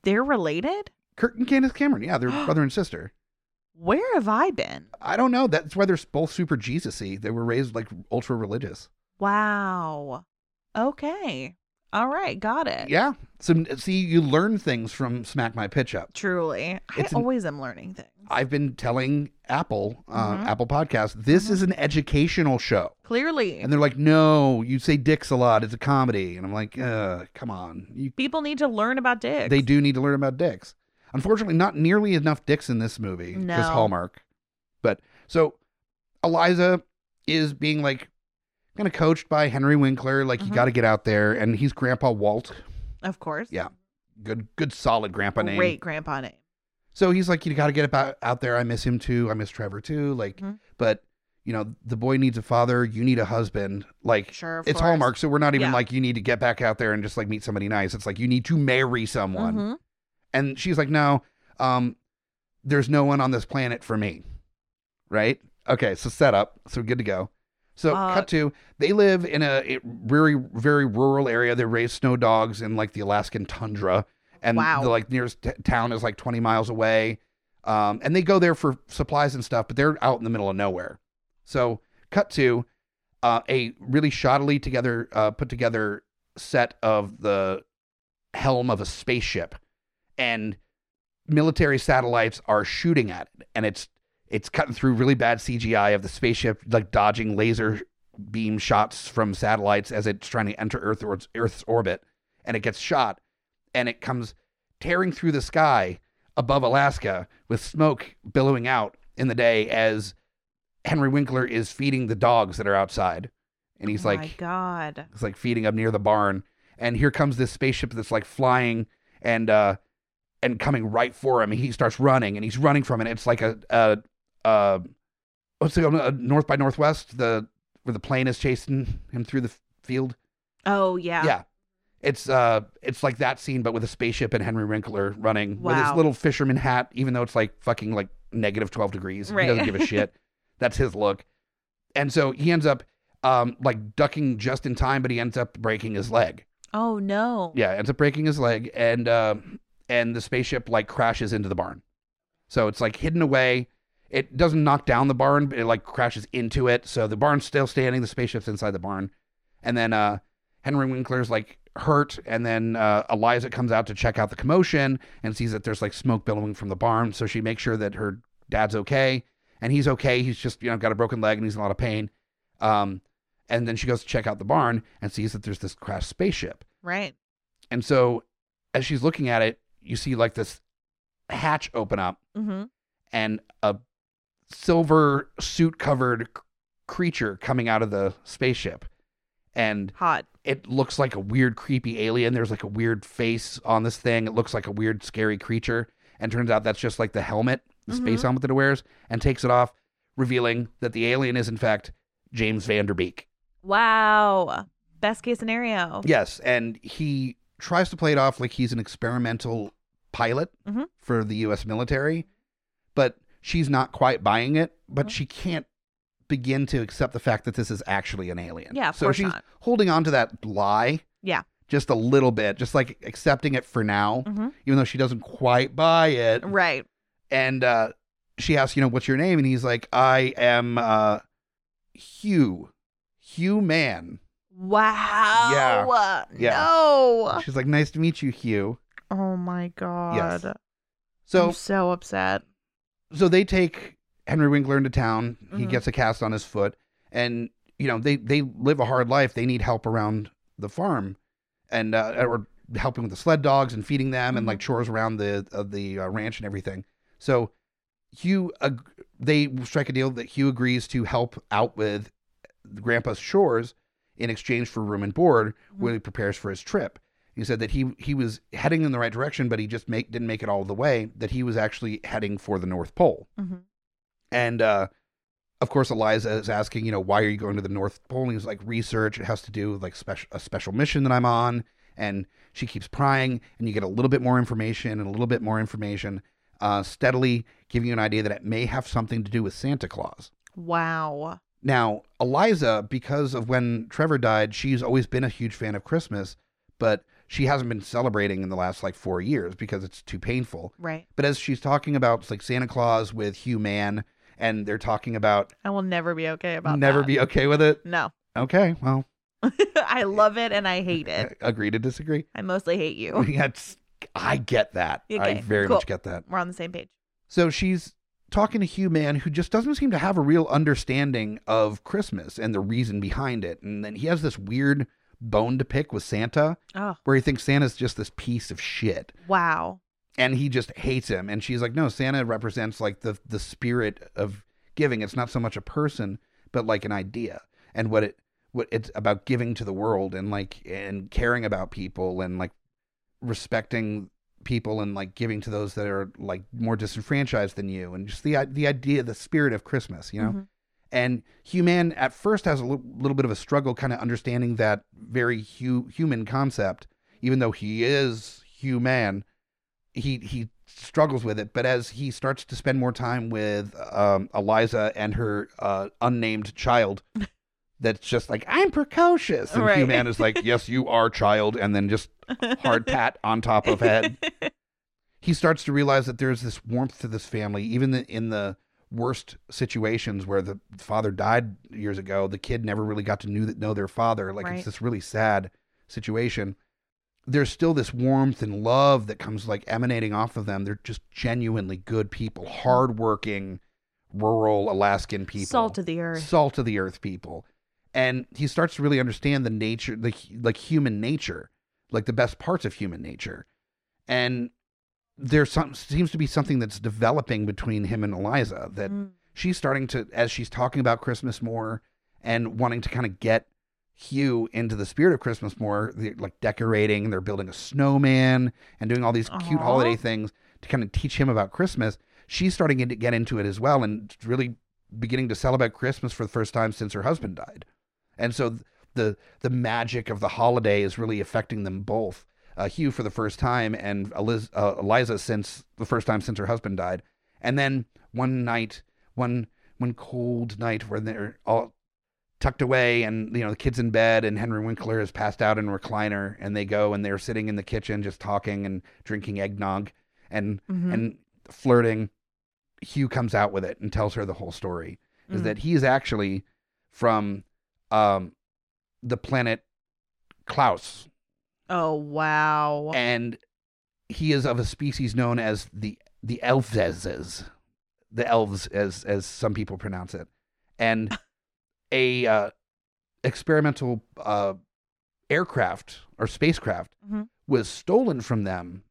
S3: They're related?
S2: Kirk and Candace Cameron. Yeah, they're brother and sister.
S3: Where have I been?
S2: I don't know. That's why they're both super Jesus-y. They were raised like ultra religious.
S3: Wow. Okay. All right. Got it.
S2: Yeah. So see, you learn things from Smack My Pitch Up.
S3: Truly.
S2: It's an-
S3: I always am learning things.
S2: I've been telling Apple, uh,
S3: Mhm.
S2: Apple Podcast, this
S3: Mhm.
S2: is an educational show,
S3: Clearly.
S2: and they're like, "No, you say dicks a lot. It's a comedy." And I'm like, uh, "Come on, you,
S3: People need to learn about dicks.
S2: they do need to learn about dicks." Unfortunately, not nearly enough dicks in this movie.
S3: No.
S2: This Hallmark. But so Eliza is being like kind of coached by Henry Winkler, like
S3: Mhm.
S2: you got to get out there, and he's Grandpa Walt.
S3: Of course.
S2: Yeah, good good solid grandpa name.
S3: Great grandpa name.
S2: So he's like, you got to get about out there. I miss him too. I miss Trevor too. Like,
S3: Mhm.
S2: but you know, the boy needs a father. You need a husband. Like,
S3: Sure. Of
S2: it's
S3: course.
S2: Hallmark, so we're not even
S3: Yeah.
S2: like you need to get back out there and just like meet somebody nice. It's like you need to marry someone.
S3: Mhm.
S2: And she's like, no, um, there's no one on this planet for me. Right? Okay, so set up. So good to go. So
S3: Uh,
S2: cut to they live in a a very very rural area. They raise snow dogs in like the Alaskan tundra, and
S3: Wow.
S2: the like nearest t- town is like 20 miles away. Um, and they go there for supplies and stuff, but they're out in the middle of nowhere. So cut to uh, a really shoddily together uh, put together set of the helm of a spaceship and military satellites are shooting at it and it's it's cutting through really bad CGI of the spaceship like dodging laser beam shots from satellites as it's trying to enter earth or earth's orbit and it gets shot and it comes tearing through the sky above Alaska with smoke billowing out in the day as Henry Winkler is feeding the dogs that are outside and he's
S3: Oh
S2: like
S3: my God.
S2: it's like feeding up near the barn, and here comes this spaceship that's like flying and uh and coming right for him. And he starts running, and he's running from it. It's like a a, a what's it called? A North by Northwest, the where the plane is chasing him through the f- field.
S3: Oh, yeah.
S2: Yeah. It's uh, it's like that scene, but with a spaceship and Henry Winkler running with his
S3: Wow.
S2: little fisherman hat, even though it's like fucking like negative twelve degrees. He
S3: Right.
S2: doesn't give a shit. That's his look. And so he ends up um like ducking just in time, but he ends up breaking his leg.
S3: Oh, no.
S2: Yeah, ends up breaking his leg, and uh, and the spaceship like crashes into the barn. So it's like hidden away. It doesn't knock down the barn, but it like crashes into it. So the barn's still standing. The spaceship's inside the barn, and then uh, Henry Winkler's like hurt, and then uh, Eliza comes out to check out the commotion and sees that there's like smoke billowing from the barn. So she makes sure that her dad's okay, and he's okay. He's just you know got a broken leg and he's in a lot of pain. Um, and then she goes to check out the barn and sees that there's this crashed spaceship.
S3: Right.
S2: And so as she's looking at it, you see like this hatch open up
S3: Mm-hmm.
S2: and a silver suit covered creature coming out of the spaceship. And
S3: Hot.
S2: it looks like a weird, creepy alien. There's like a weird face on this thing. It looks like a weird, scary creature. And turns out that's just like the helmet, the space
S3: Mhm.
S2: helmet that it wears, and takes it off, revealing that the alien is, in fact, James Vanderbeek.
S3: Wow. Best case scenario.
S2: Yes, and he tries to play it off like he's an experimental pilot
S3: Mhm.
S2: for the U.S. military, but she's not quite buying it. But
S3: Mhm.
S2: she can't begin to accept the fact that this is actually an alien.
S3: Yeah, of
S2: so
S3: course
S2: she's
S3: not.
S2: holding on to that lie.
S3: Yeah.
S2: just a little bit, just like accepting it for now,
S3: Mhm.
S2: even though she doesn't quite buy it.
S3: Right.
S2: And uh, she asks, you know, what's your name? And he's like, I am uh, Hugh, Hugh Man.
S3: Wow.
S2: Yeah.
S3: No.
S2: She's like, nice to meet you, Hugh.
S3: Oh my god.
S2: So
S3: I'm so upset.
S2: so they take Henry Winkler into town. He
S3: Mhm.
S2: gets a cast on his foot, and you know they they live a hard life. They need help around the farm, and uh, or helping with the sled dogs and feeding them, and
S3: Mhm.
S2: like chores around the of the uh, ranch and everything. So Hugh, ag- they strike a deal that Hugh agrees to help out with Grandpa's chores in exchange for room and board
S3: Mhm.
S2: when he prepares for his trip. He said that he he was heading in the right direction, but he just make didn't make it all the way. That he was actually heading for the North Pole.
S3: Mm-hmm.
S2: And uh, of course, Eliza is asking, you know, why are you going to the North Pole? And he's like, research. It has to do with like special a special mission that I'm on. And she keeps prying, and you get a little bit more information and a little bit more information, uh, steadily giving you an idea that it may have something to do with Santa Claus.
S3: Wow.
S2: Now, Eliza, because of when Trevor died, she's always been a huge fan of Christmas, but she hasn't been celebrating in the last like four years because it's too painful.
S3: Right.
S2: But as she's talking about it's like Santa Claus with Hugh Mann, and they're talking about
S3: I will never be okay about
S2: never
S3: that.
S2: be okay with it.
S3: No.
S2: Okay, well,
S3: I love it and I hate it.
S2: agree to disagree.
S3: I mostly hate you.
S2: That's I get that. I
S3: Okay,
S2: very
S3: cool.
S2: much get that.
S3: We're on the same page.
S2: So she's talking to Hugh Mann, who just doesn't seem to have a real understanding of Christmas and the reason behind it. And then he has this weird bone to pick with Santa,
S3: Oh,
S2: where he thinks Santa's just this piece of shit.
S3: wow.
S2: and he just hates him and she's like no santa represents like the the spirit of giving it's not so much a person but like an idea and what it what it's about giving to the world and like and caring about people and like respecting people and like giving to those that are like more disenfranchised than you and just the i- the idea the spirit of christmas you know
S3: Mhm.
S2: and human at first has a li- little bit of a struggle kind of understanding that very hu- human concept even though he is human he he struggles with it but as he starts to spend more time with um, eliza and her uh, unnamed child that's just like i'm precocious and
S3: Right.
S2: human is like yes you are child and then just hard pat on top of head he starts to realize that there's this warmth to this family, even the, in the worst situations where the father died years ago, the kid never really got to knew, know their father. Like
S3: Right.
S2: it's this really sad situation. There's still this warmth and love that comes like emanating off of them. They're just genuinely good people, hardworking, rural Alaskan people,
S3: Salt of the earth.
S2: salt of the earth people and he starts to really understand the nature the hu- like human nature like the best parts of human nature and there's some seems to be something that's developing between him and eliza that
S3: Mm.
S2: she's starting to as she's talking about christmas more and wanting to kind of get hugh into the spirit of christmas more they're, like decorating they're building a snowman and doing all these cute
S3: Aw.
S2: holiday things to kind of teach him about christmas she's starting to get into it as well and really beginning to celebrate christmas for the first time since her husband died and so th- the the magic of the holiday is really affecting them both uh, hugh for the first time and Eliz- uh, eliza since the first time since her husband died and then one night one one cold night where they're all tucked away and you know the kids in bed and henry winkler is passed out in a recliner and they go and they're sitting in the kitchen just talking and drinking eggnog and
S3: Mhm.
S2: and flirting hugh comes out with it and tells her the whole story is
S3: Mm.
S2: that he's actually from um the planet klaus
S3: Oh, wow.
S2: and he is of a species known as the the elveses, the elves as as some people pronounce it, and a uh, experimental uh, aircraft or spacecraft
S3: Mhm.
S2: was stolen from them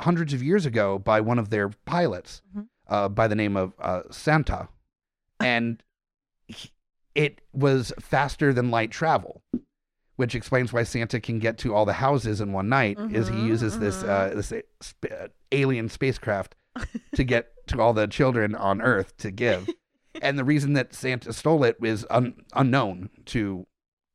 S2: hundreds of years ago by one of their pilots
S3: Mhm.
S2: uh, by the name of uh, Santa, and he- it was faster than light travel which explains why Santa can get to all the houses in one night. Is he
S3: Mhm,
S2: uses this uh, this a- sp- uh, alien spacecraft to get to all the children on Earth to give, and the reason that Santa stole it is un- unknown to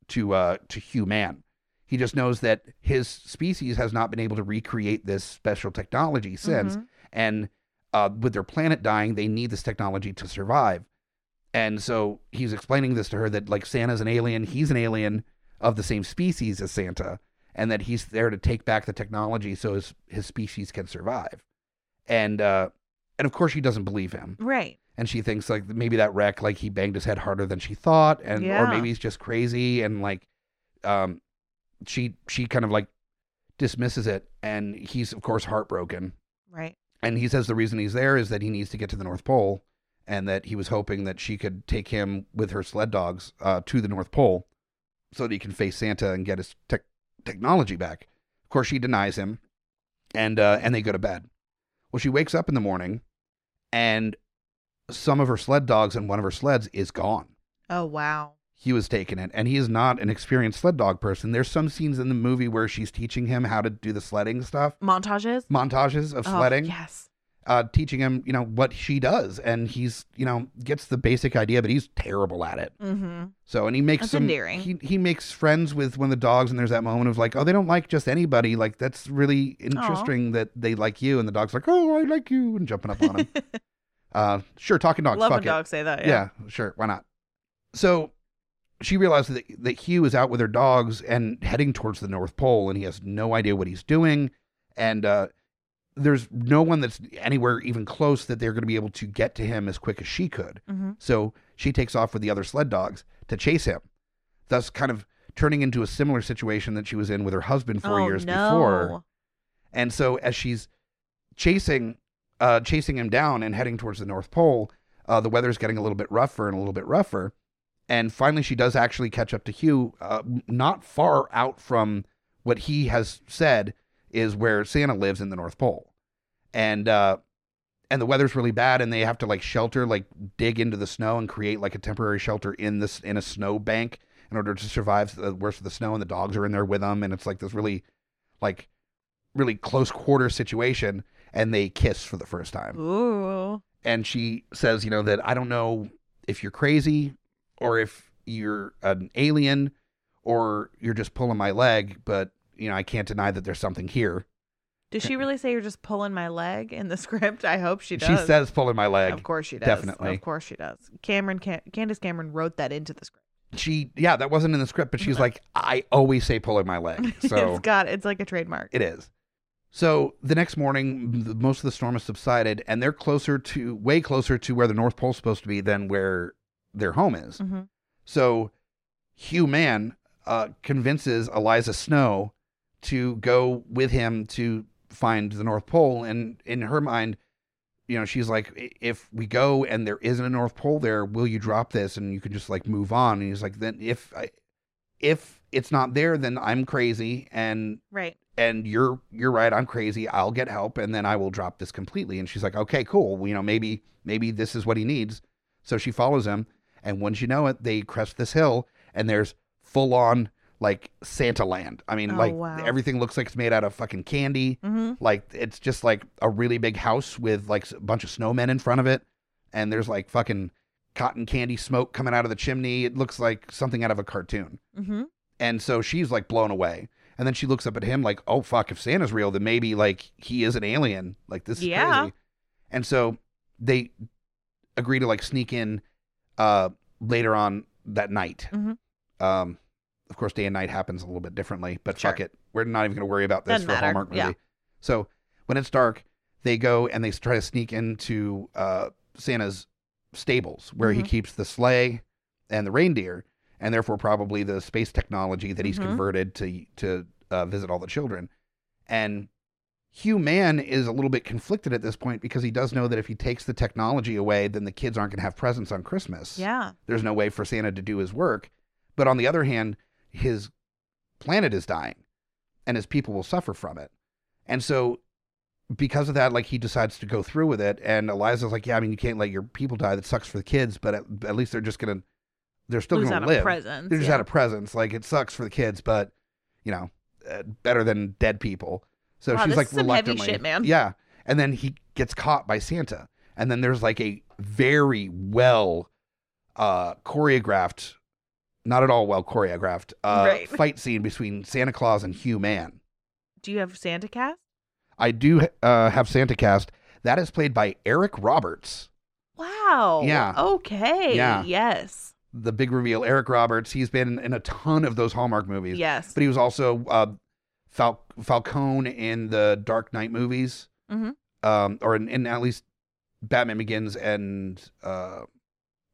S2: to uh to human. He just knows that his species has not been able to recreate this special technology since,
S3: Mhm.
S2: and uh, with their planet dying, they need this technology to survive. And so he's explaining this to her that like Santa's an alien, he's an alien of the same species as Santa, and that he's there to take back the technology so his his species can survive. And uh, and of course she doesn't believe him,
S3: Right.
S2: and she thinks like maybe that wreck like he banged his head harder than she thought, and or
S3: Yeah.
S2: maybe he's just crazy, and like, um, she she kind of like dismisses it, and he's of course heartbroken
S3: Right.
S2: and he says the reason he's there is that he needs to get to the North Pole, and that he was hoping that she could take him with her sled dogs uh, to the North Pole, so that he can face Santa and get his tech technology back. Of course, she denies him, and uh, and they go to bed. Well, she wakes up in the morning, and some of her sled dogs and one of her sleds is gone.
S3: Oh wow.
S2: He was taking it, and he is not an experienced sled dog person. There's some scenes in the movie where she's teaching him how to do the sledding stuff,
S3: Montages.
S2: montages of
S3: Oh,
S2: sledding
S3: yes.
S2: uh, teaching him, you know, what she does, and he's, you know, gets the basic idea, but he's terrible at it.
S3: Mm-hmm.
S2: So, and he makes
S3: That's
S2: some,
S3: endearing.
S2: he he makes friends with one of the dogs, and there's that moment of like, oh, they don't like just anybody. Like that's really interesting that they like you, and the dog's like, oh, I like you, and jumping up on him. uh, sure, talking dogs,
S3: Love
S2: fuck
S3: when
S2: it.
S3: dogs say that.
S2: Yeah. sure. Why not? So she realizes that, that Hugh is out with her dogs and heading towards the North Pole, and he has no idea what he's doing. And uh, there's no one that's anywhere even close that they're going to be able to get to him as quick as she could.
S3: Mm-hmm.
S2: So she takes off with the other sled dogs to chase him, thus kind of turning into a similar situation that she was in with her husband four
S3: oh,
S2: years
S3: no.
S2: before. And so as she's chasing uh, chasing him down and heading towards the North Pole, uh, the weather's getting a little bit rougher and a little bit rougher. And finally, she does actually catch up to Hugh, uh, not far out from what he has said is where Santa lives in the North Pole, and uh, and the weather's really bad, and they have to like shelter, like dig into the snow and create like a temporary shelter in this in a snow bank in order to survive the worst of the snow. And the dogs are in there with them, and it's like this really, like, really close quarter situation. And they kiss for the first time
S3: Ooh.
S2: and she says, you know, that I don't know if you're crazy or if you're an alien or you're just pulling my leg, but you know, I can't deny that there's something here.
S3: Does she really say you're just pulling my leg in the script? I hope she does.
S2: says pulling my leg.
S3: Of course she does.
S2: Definitely.
S3: Of course she does. Cameron, Cam- Candace Cameron wrote that into the script.
S2: She yeah, that wasn't in the script, but she's like, I always say pulling my leg. So
S3: it's got. It's like a trademark.
S2: it is. So the next morning, m- most of the storm has subsided, and they're closer to, way closer to where the North Pole's supposed to be than where their home is.
S3: hmm
S2: So Hugh Mann uh, convinces Eliza Snow to go with him to find the North Pole. And in her mind, you know, she's like, "I- if we go and there isn't a North Pole there, will you drop this and you can just like move on? And he's like, then if I, if it's not there, then I'm crazy and
S3: Right.
S2: and you're you're right i'm crazy i'll get help and then i will drop this completely and she's like okay cool Well, you know maybe maybe this is what he needs so she follows him and once you know it they crest this hill and there's full on like santa land i mean
S3: Oh,
S2: like
S3: wow.
S2: everything looks like it's made out of fucking candy
S3: hmm
S2: like it's just like a really big house with like a bunch of snowmen in front of it and there's like fucking cotton candy smoke coming out of the chimney it looks like something out of a cartoon
S3: hmm
S2: and so she's like blown away. And then she looks up at him like, oh, fuck, if Santa's real, then maybe like he is an alien. Like this is
S3: Yeah.
S2: crazy. And so they agree to like sneak in uh, later on that night.
S3: Mhm.
S2: Um, of course, day and night happens a little bit differently, but fuck
S3: Sure.
S2: it. We're not even going to worry about this
S3: Doesn't
S2: for a
S3: matter.
S2: Hallmark movie.
S3: Yeah.
S2: So when it's dark, they go and they try to sneak into uh, Santa's stables where
S3: Mhm.
S2: he keeps the sleigh and the reindeer and therefore probably the space technology that he's
S3: Mhm.
S2: converted to to uh, visit all the children. And Hugh Mann is a little bit conflicted at this point because he does know that if he takes the technology away, then the kids aren't going to have presents on Christmas.
S3: Yeah.
S2: There's no way for Santa to do his work. But on the other hand, his planet is dying and his people will suffer from it. And so because of that, like he decides to go through with it. And Eliza's like, yeah, I mean, you can't let your people die. That sucks for the kids, but at, at least they're just going to, they're still
S3: Lose
S2: going
S3: out
S2: to
S3: of
S2: live.
S3: presence.
S2: They're just
S3: Mm-hmm. yeah.
S2: out of presence. Like it sucks for the kids, but you know, uh, better than dead people. So
S3: Wow,
S2: she's
S3: this
S2: like
S3: is some heavy
S2: reluctantly,
S3: shit, man.
S2: yeah. And then he gets caught by Santa, and then there's like a very well uh, choreographed not at all well choreographed uh,
S3: Right.
S2: fight scene between Santa Claus and Hugh Man.
S3: Do you have Santa cast?
S2: I do uh, have Santa Cast. That is played by Eric Roberts.
S3: Wow.
S2: Yeah.
S3: Okay.
S2: Yeah.
S3: Yes.
S2: The big reveal. Eric Roberts. He's been in a ton of those Hallmark movies.
S3: Yes.
S2: But he was also uh, Fal- Falcone in the Dark Knight movies,
S3: Mhm.
S2: um, or in, in at least Batman Begins and uh,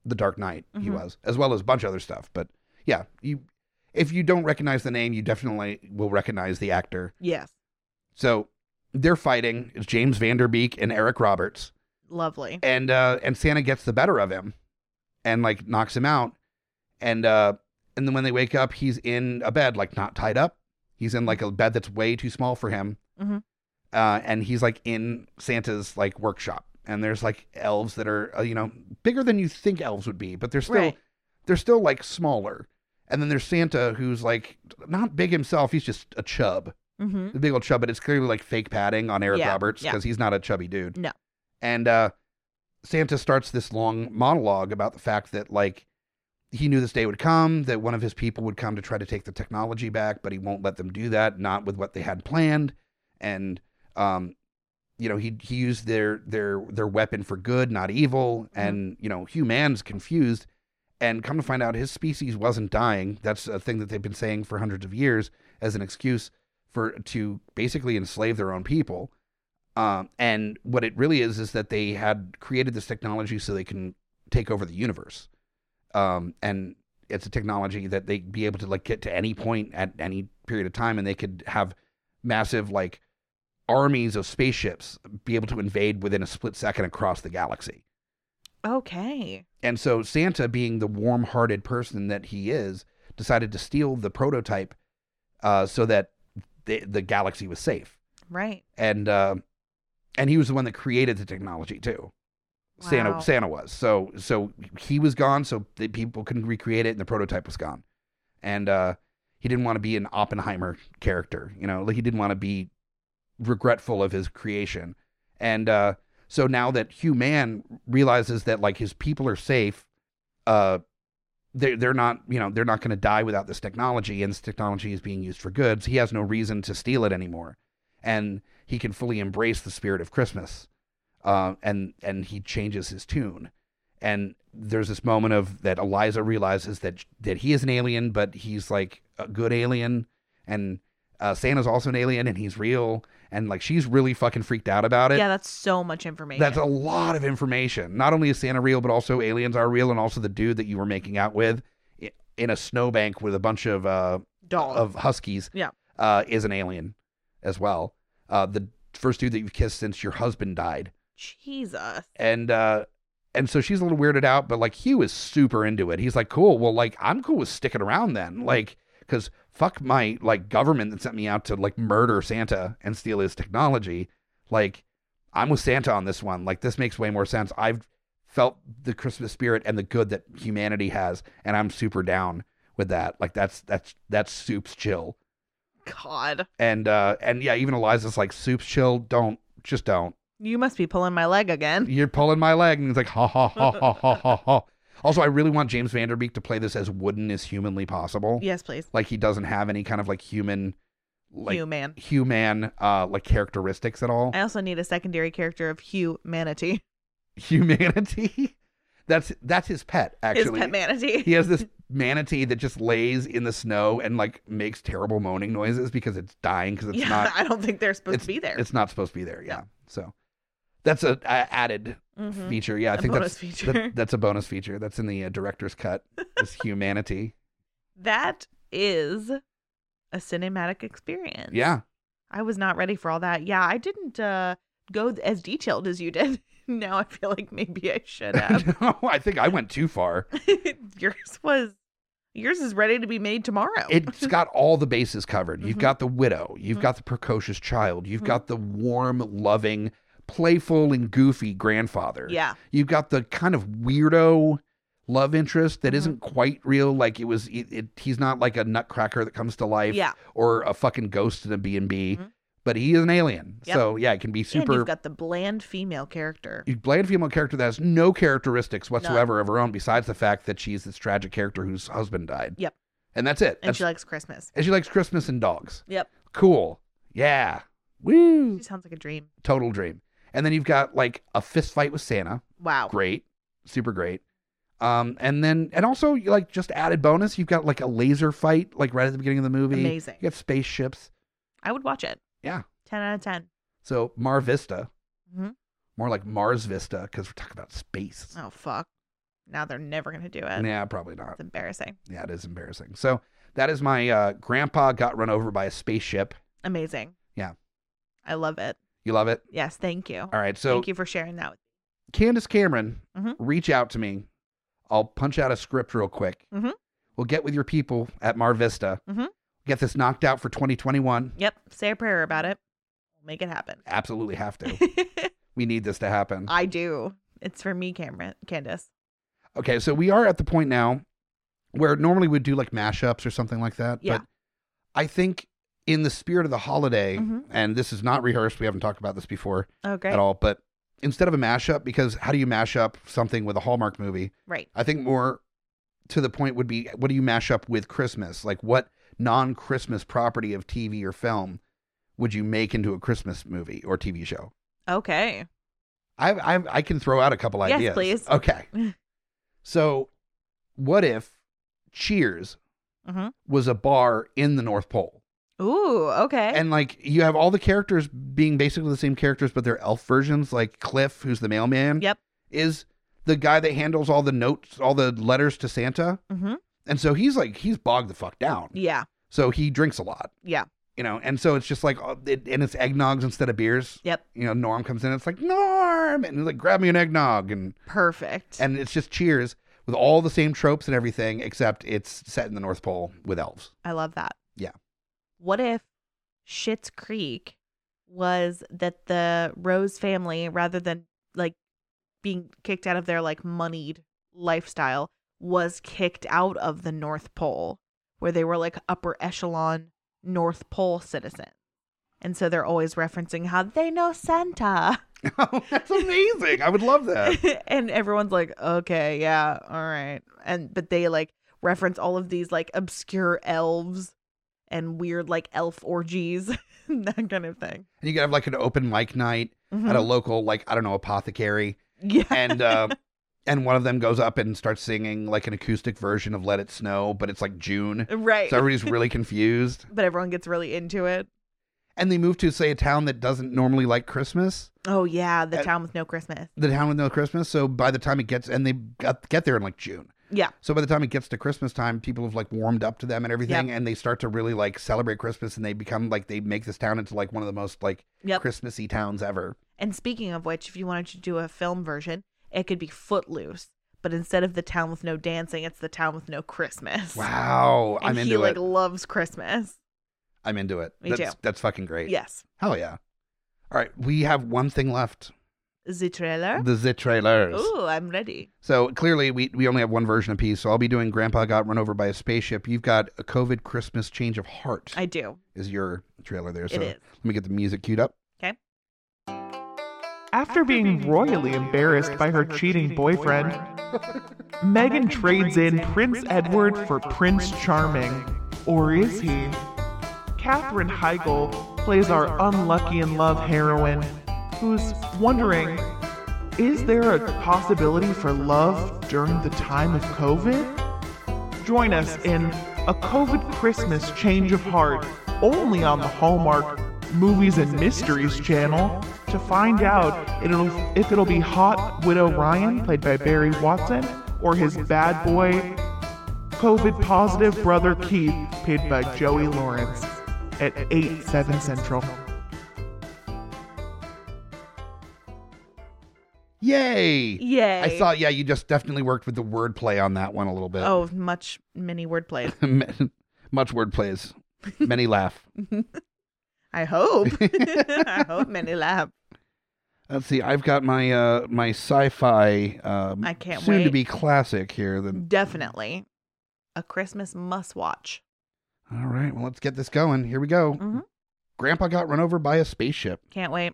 S2: the Dark Knight. He
S3: Mhm.
S2: was, as well as a bunch of other stuff. But yeah, you if you don't recognize the name, you definitely will recognize the actor.
S3: yes.
S2: So they're fighting. It's James Vanderbeek and Eric Roberts,
S3: Lovely.
S2: and uh, and Santa gets the better of him, and like knocks him out, and uh, and then when they wake up, he's in a bed like not tied up. He's in like a bed that's way too small for him,
S3: Mhm.
S2: uh, and he's like in Santa's like workshop, and there's like elves that are uh, you know bigger than you think elves would be, but they're still
S3: Right.
S2: they're still like smaller. And then there's Santa, who's like not big himself. He's just a chub
S3: Mm-hmm.
S2: the big old chub, but it's clearly like fake padding on Eric
S3: Yeah,
S2: Roberts
S3: yeah.
S2: because he's not a chubby dude.
S3: No.
S2: And uh, Santa starts this long monologue about the fact that like he knew this day would come, that one of his people would come to try to take the technology back, but he won't let them do that, not with what they had planned. And um, you know, he he used their their their weapon for good, not evil.
S3: Mm-hmm.
S2: And you know, Hugh Mann's confused. And come to find out, his species wasn't dying. That's a thing that they've been saying for hundreds of years as an excuse for to basically enslave their own people. Um, and what it really is is that they had created this technology so they can take over the universe. Um, and it's a technology that they'd be able to like get to any point at any period of time, and they could have massive like armies of spaceships be able to invade within a split second across the galaxy.
S3: Okay.
S2: And so Santa, being the warm hearted person that he is, decided to steal the prototype uh, so that the, the galaxy was safe.
S3: Right.
S2: And uh, and he was the one that created the technology too. Santa
S3: Wow.
S2: Santa was so so he was gone, so the people couldn't recreate it, and the prototype was gone. And uh, he didn't want to be an Oppenheimer character, you know, like he didn't want to be regretful of his creation. And uh, so now that Hugh Mann realizes that like his people are safe, uh, they they're not you know they're not going to die without this technology, and this technology is being used for goods. He has no reason to steal it anymore, and he can fully embrace the spirit of Christmas. Uh, and and he changes his tune, and there's this moment of that Eliza realizes that that he is an alien, but he's like a good alien, and uh, Santa's also an alien, and he's real, and like she's really fucking freaked out about it.
S3: yeah, that's so much information.
S2: That's a lot of information. Not only is Santa real, but also aliens are real, and also the dude that you were making out with i- in a snowbank with a bunch of uh,
S3: doll.
S2: of huskies.
S3: Yeah.
S2: uh, is an alien as well. Uh, the first dude that you've kissed since your husband died,
S3: Jesus.
S2: and uh, and so she's a little weirded out, but like Hugh is super into it. He's like, cool. Well, like I'm cool with sticking around then, like because fuck my like government that sent me out to like murder Santa and steal his technology. Like I'm with Santa on this one. Like this makes way more sense. I've felt the Christmas spirit and the good that humanity has, and I'm super down with that. Like that's that's that's soup's chill.
S3: God.
S2: And uh and yeah, even Eliza's like soup's chill. Don't just don't.
S3: You must be pulling my leg again.
S2: You're pulling my leg, and he's like ha ha ha ha ha ha ha. Also, I really want James Vanderbeek to play this as wooden as humanly possible.
S3: Yes, please.
S2: Like he doesn't have any kind of like human, like
S3: Hugh Man.
S2: human uh like characteristics at all.
S3: I also need a secondary character of Hugh Manatee.
S2: Humanity. That's that's his pet actually.
S3: His pet manatee.
S2: he has this manatee that just lays in the snow and like makes terrible moaning noises because it's dying because it's
S3: yeah,
S2: not
S3: I don't think they're supposed to be there.
S2: It's not supposed to be there. Yeah. So that's a, a added
S3: Mhm.
S2: feature. Yeah, I
S3: A
S2: think
S3: bonus
S2: that's
S3: feature.
S2: that- that's a bonus feature. That's in the uh, director's cut. Is humanity.
S3: That is a cinematic experience.
S2: Yeah.
S3: I was not ready for all that. Yeah, I didn't uh, go th- as detailed as you did. now I feel like maybe I should have.
S2: no, I think I went too far.
S3: yours was yours is ready to be made tomorrow.
S2: It's got all the bases covered. You've
S3: Mhm.
S2: got the widow. You've
S3: Mhm.
S2: got the precocious child. You've
S3: Mhm.
S2: got the warm, loving, playful, and goofy grandfather.
S3: yeah.
S2: You've got the kind of weirdo love interest that
S3: Mhm.
S2: not quite real. Like it was, it, it, he's not like a nutcracker that comes to life.
S3: Yeah.
S2: or a fucking ghost in a B&B,
S3: Mhm.
S2: but he is an alien.
S3: Yep.
S2: So yeah, it can be
S3: And
S2: super
S3: you've got the bland female character.
S2: you bland female character that has no characteristics whatsoever of her own besides the fact that she's this tragic character whose husband died.
S3: Yep.
S2: And that's it.
S3: And
S2: That's-
S3: she likes Christmas.
S2: and she likes Christmas and dogs.
S3: Yep.
S2: Cool. Yeah. Woo.
S3: She sounds like a dream.
S2: Total dream. And then you've got like a fist fight with Santa.
S3: Wow.
S2: Great. Super great. Um, and then and also like just added bonus, you've got like a laser fight, like right at the beginning of the movie.
S3: Amazing.
S2: You got spaceships.
S3: I would watch it.
S2: Yeah.
S3: 10 out of 10.
S2: So Mar Vista.
S3: Mhm.
S2: More like Mars Vista, because we're talking about space.
S3: Oh, fuck. Now they're never going to do it.
S2: Nah, probably not.
S3: It's embarrassing.
S2: Yeah, it is embarrassing. So that is my uh, grandpa got run over by a spaceship.
S3: Amazing.
S2: Yeah.
S3: I love it.
S2: You love it?
S3: Yes. Thank you.
S2: All right. So
S3: Thank you for sharing that. With
S2: Candace Cameron,
S3: Mhm.
S2: reach out to me. I'll punch out a script real quick.
S3: Mhm.
S2: We'll get with your people at Mar Vista.
S3: Mhm.
S2: Get this knocked out for 2021.
S3: Yep. Say a prayer about it. Make it happen.
S2: Absolutely have to. we need this to happen.
S3: I do. It's for me, Cameron, Candace.
S2: Okay, so we are at the point now where normally we'd do like mashups or something like that.
S3: Yeah.
S2: But I think in the spirit of the holiday,
S3: Mhm.
S2: and this is not rehearsed, we haven't talked about this before
S3: Oh, great.
S2: at all, but instead of a mashup, because how do you mash up something with a Hallmark movie?
S3: Right.
S2: I think more to the point would be what do you mash up with Christmas? Like what non Christmas property of TV or film would you make into a Christmas movie or TV show?
S3: Okay.
S2: I, I I can throw out a couple
S3: Yes,
S2: ideas.
S3: please.
S2: Okay. so, what if Cheers
S3: hmm
S2: was a bar in the North Pole,
S3: Ooh. Okay.
S2: and like you have all the characters being basically the same characters, but they're elf versions. Like Cliff, who's the mailman,
S3: Yep.
S2: is the guy that handles all the notes, all the letters to Santa,
S3: hmm
S2: and so he's like he's bogged the fuck down.
S3: Yeah.
S2: So he drinks a lot,
S3: Yeah.
S2: you know, and so it's just like uh, it, and it's eggnogs instead of beers.
S3: Yep.
S2: You know, Norm comes in, it's like Norm, and he's like grab me an eggnog and.
S3: Perfect.
S2: and it's just Cheers with all the same tropes and everything, except it's set in the North Pole with elves.
S3: I love that.
S2: Yeah.
S3: What if Schitt's Creek was that the Rose family, rather than like being kicked out of their like moneyed lifestyle, was kicked out of the North Pole, where they were like upper echelon North Pole citizen. And so they're always referencing how they know Santa.
S2: Oh, that's amazing! I would love that.
S3: and everyone's like, okay, yeah, all right. And but they like reference all of these like obscure elves and weird like elf orgies, that kind of thing.
S2: And you could have like an open mic night at
S3: Mhm.
S2: a local, like I don't know, apothecary,
S3: Mm-hmm. Yeah.
S2: and uh, and one of them goes up and starts singing like an acoustic version of "Let It Snow," but it's like June,
S3: right.
S2: so everybody's really confused.
S3: but everyone gets really into it.
S2: And they move to say a town that doesn't normally like Christmas,
S3: Oh yeah, the
S2: Uh,
S3: town with no Christmas.
S2: the town with no Christmas. So by the time it gets, and they got, get there in like June.
S3: Yeah.
S2: So by the time it gets to Christmas time, people have like warmed up to them and everything, and they start to really like celebrate Christmas, and they become like they make this town into like one of the most like
S3: Yep.
S2: Christmassy towns ever.
S3: And speaking of which, if you wanted to do a film version, it could be Footloose. But instead of the town with no dancing, it's the town with no Christmas.
S2: Wow,
S3: And
S2: I'm
S3: he
S2: into
S3: like
S2: it.
S3: loves Christmas.
S2: I'm into it.
S3: Me
S2: that's
S3: too.
S2: that's fucking great.
S3: Yes.
S2: Hell yeah. All right, we have one thing left:
S3: The trailer.
S2: the zit trailers.
S3: Ooh, I'm ready.
S2: So clearly, we we only have one version apiece. So I'll be doing "Grandpa Got Run Over by a Spaceship." You've got a COVID Christmas change of heart
S3: I do.
S2: is your trailer there.
S3: It
S2: So
S3: is.
S2: let me get the music queued up.
S4: After being royally embarrassed by her cheating boyfriend, Meghan trades in Prince Edward for Prince Charming. Or is he? Katherine Heigl plays our unlucky in love heroine, who's wondering is there a possibility for love during the time of COVID? Join us in A COVID Christmas Change of Heart, only on the Hallmark Movies and Mysteries channel, to find out it'll, if it'll be Hot Widow Ryan, played by Barry Watson, or his bad boy, COVID positive brother Keith, played by Joey Lawrence, at 8, 7 Central.
S2: Yay!
S3: Yay.
S2: I saw. Yeah, you just definitely worked with the wordplay on that one a little bit.
S3: Oh, much many wordplay.
S2: much wordplays, many laugh.
S3: I hope. I hope many laugh.
S2: Let's see. I've got my uh my sci-fi. Um,
S3: I can't
S2: soon to
S3: wait.
S2: be classic here. Then
S3: Definitely. A Christmas must watch.
S2: all right. Well, let's get this going. Here we go.
S3: Mhm.
S2: Grandpa got run over by a spaceship.
S3: Can't wait.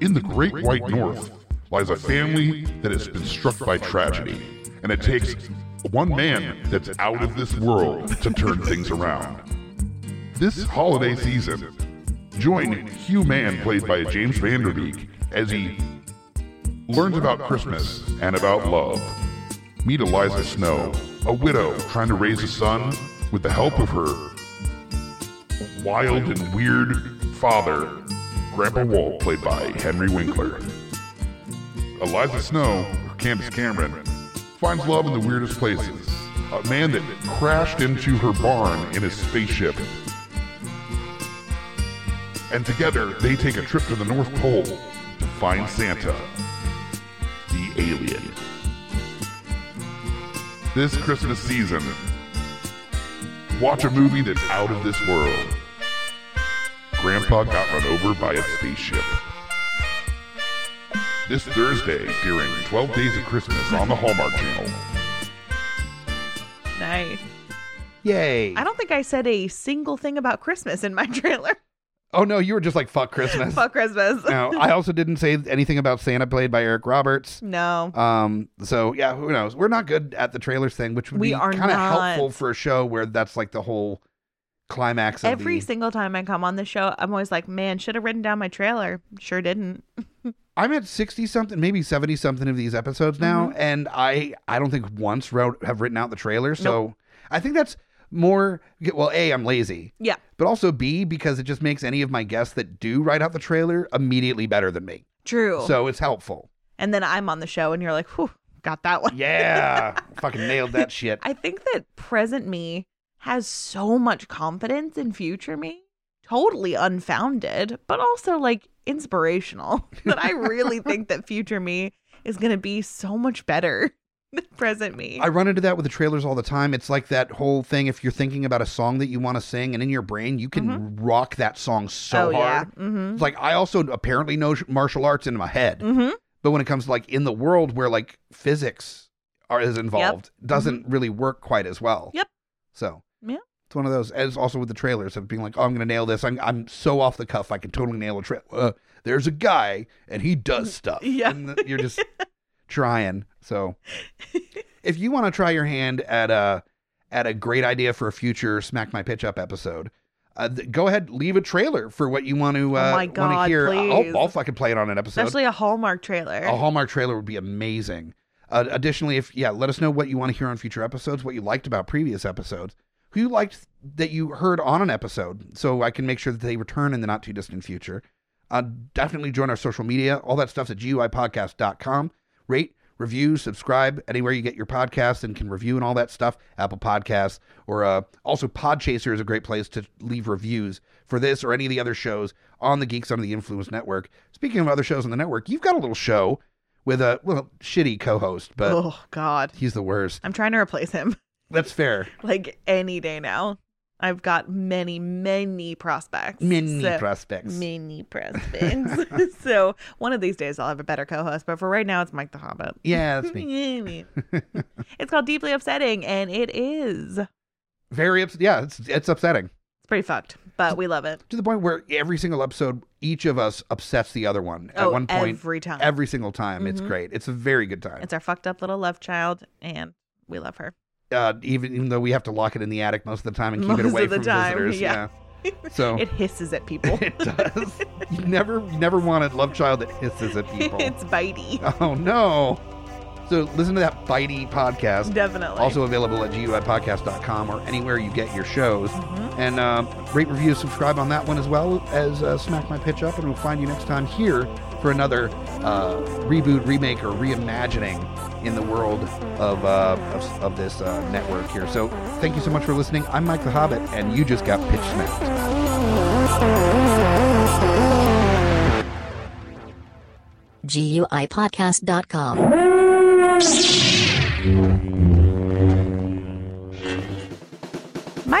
S1: In the Great White North lies a family that has been struck by tragedy, and it takes one man that's out of this world to turn things around. This holiday season, join Hugh Mann, played by James Vanderbeek, as he learns about Christmas and about love. Meet Eliza Snow, a widow trying to raise a son with the help of her wild and weird father, Grandpa Walt, played by Henry Winkler. Eliza Snow, or Candace Cameron, finds love in the weirdest places. A man that crashed into her barn in his spaceship. And together, they take a trip to the North Pole to find Santa, the alien. This Christmas season, watch a movie that's out of this world. Grandpa got run over by a spaceship. This Thursday during 12 Days of Christmas on the Hallmark Channel.
S3: Nice.
S2: Yay.
S3: I don't think I said a single thing about Christmas in my trailer.
S2: Oh no, you were just like fuck Christmas.
S3: Fuck Christmas.
S2: No, I also didn't say anything about Santa played by Eric Roberts.
S3: No.
S2: Um, so yeah, who knows? We're not good at the trailers thing, which would
S3: We
S2: be
S3: are
S2: kind of
S3: not.
S2: helpful for a show where that's like the whole climax of
S3: Every
S2: the-
S3: single time I come on the show, I'm always like, man, should have written down my trailer. Sure didn't.
S2: I'm at sixty something, maybe seventy something of these episodes now,
S3: Mm-hmm.
S2: and I I don't think once wrote have written out the trailer. So I think that's more well, a I'm lazy,
S3: Yeah.
S2: but also b because it just makes any of my guests that do write out the trailer immediately better than me.
S3: True.
S2: So it's helpful.
S3: and then I'm on the show and you're like, whew, got that one.
S2: Yeah, fucking nailed that shit.
S3: I think that present me has so much confidence in future me, totally unfounded, but also like inspirational that I really think that future me is going to be so much better than present me.
S2: I run into that with the trailers all the time. It's like that whole thing if you're thinking about a song that you want to sing and in your brain you can rock that song so
S3: oh,
S2: hard.
S3: yeah. Mm
S2: It's like I also apparently know sh- martial arts in my head.
S3: hmm. Mm hmm.
S2: But when it comes to like in the world where like physics are is involved, doesn't really work quite as well.
S3: Mm-hmm. Yep.
S2: So
S3: Yeah.
S2: it's one of those. As also with the trailers of being like, oh, I'm gonna nail this. I'm I'm so off the cuff. I can totally nail a trail. Uh, there's a guy and he does stuff.
S3: Mm, Yeah.
S2: And th- you're just trying. So if you want to try your hand at a at a great idea for a future smack my pitch up episode. Uh, th- go ahead, leave a trailer for what you want to uh,
S3: Oh my
S2: want to
S3: God,
S2: hear.
S3: please.
S2: I'll, I'll fucking play it on an episode.
S3: Especially a Hallmark trailer.
S2: A Hallmark trailer would be amazing. Uh, additionally, if yeah, let us know what you want to hear on future episodes, what you liked about previous episodes, who you liked that you heard on an episode, so I can make sure that they return in the not too distant future. Uh, definitely join our social media. All that stuff's at GUIPodcast.com. Rate, review, subscribe anywhere you get your podcasts and can review and all that stuff. Apple Podcasts or uh, also Podchaser is a great place to leave reviews for this or any of the other shows on the Geeks Under the Influence network. Speaking of other shows on the network, you've got a little show with a well shitty co-host, but
S3: oh, God.
S2: he's the worst.
S3: I'm trying to replace him
S2: That's fair.
S3: like any day now. I've got many, many prospects.
S2: Mini
S3: So-
S2: prospects.
S3: Many prospects. so one of these days I'll have a better co-host, but for right now it's Mike the Hobbit.
S2: Yeah, that's me.
S3: it's called Deeply Upsetting, and it is. It's
S2: Very upset. Yeah, it's it's upsetting.
S3: pretty fucked, but we love it.
S2: to the point where every single episode, each of us upsets the other one at
S3: Oh,
S2: one point.
S3: every time. Mm-hmm.
S2: every single time, it's great. It's a very good time.
S3: It's our fucked up little love child, and we love her.
S2: Uh, even even though we have to lock it in the attic most of the time and keep
S3: Most
S2: it
S3: of
S2: away
S3: the
S2: from
S3: time,
S2: visitors.
S3: yeah.
S2: So
S3: It
S2: it,
S3: hisses at people.
S2: does. you never you never want a love child that hisses at people.
S3: it's bitey.
S2: oh no. So listen to that bitey podcast.
S3: Definitely.
S2: Also available at guipodcast.com or anywhere you get your shows. And um, rate, review, subscribe on that one as well as uh, Smack My Pitch Up. And we'll find you next time here for another uh, reboot, remake, or reimagining in the world of, uh, of, of this uh, network here. So thank you so much for listening. I'm Mike the Hobbit, and you just got pitch smacked.
S5: GUIPodcast.com.
S3: My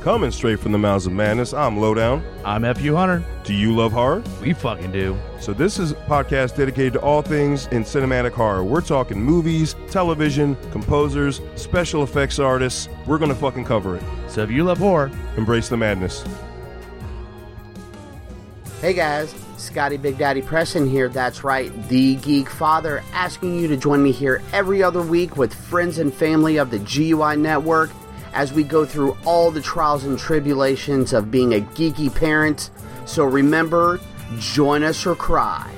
S5: Coming straight from the mouths of madness, I'm Lowdown.
S6: I'm F.U. Hunter.
S5: Do you love horror?
S6: We fucking do.
S5: So this is a podcast dedicated to all things in cinematic horror. We're talking movies, television, composers, special effects artists. We're gonna fucking cover it.
S6: So if you love horror,
S5: Embrace the madness.
S7: Hey guys, Scotty Big Daddy Preston here. That's right, the Geek Father, asking you to join me here every other week with friends and family of the GUI Network as we go through all the trials and tribulations of being a geeky parent. So remember, join us or cry.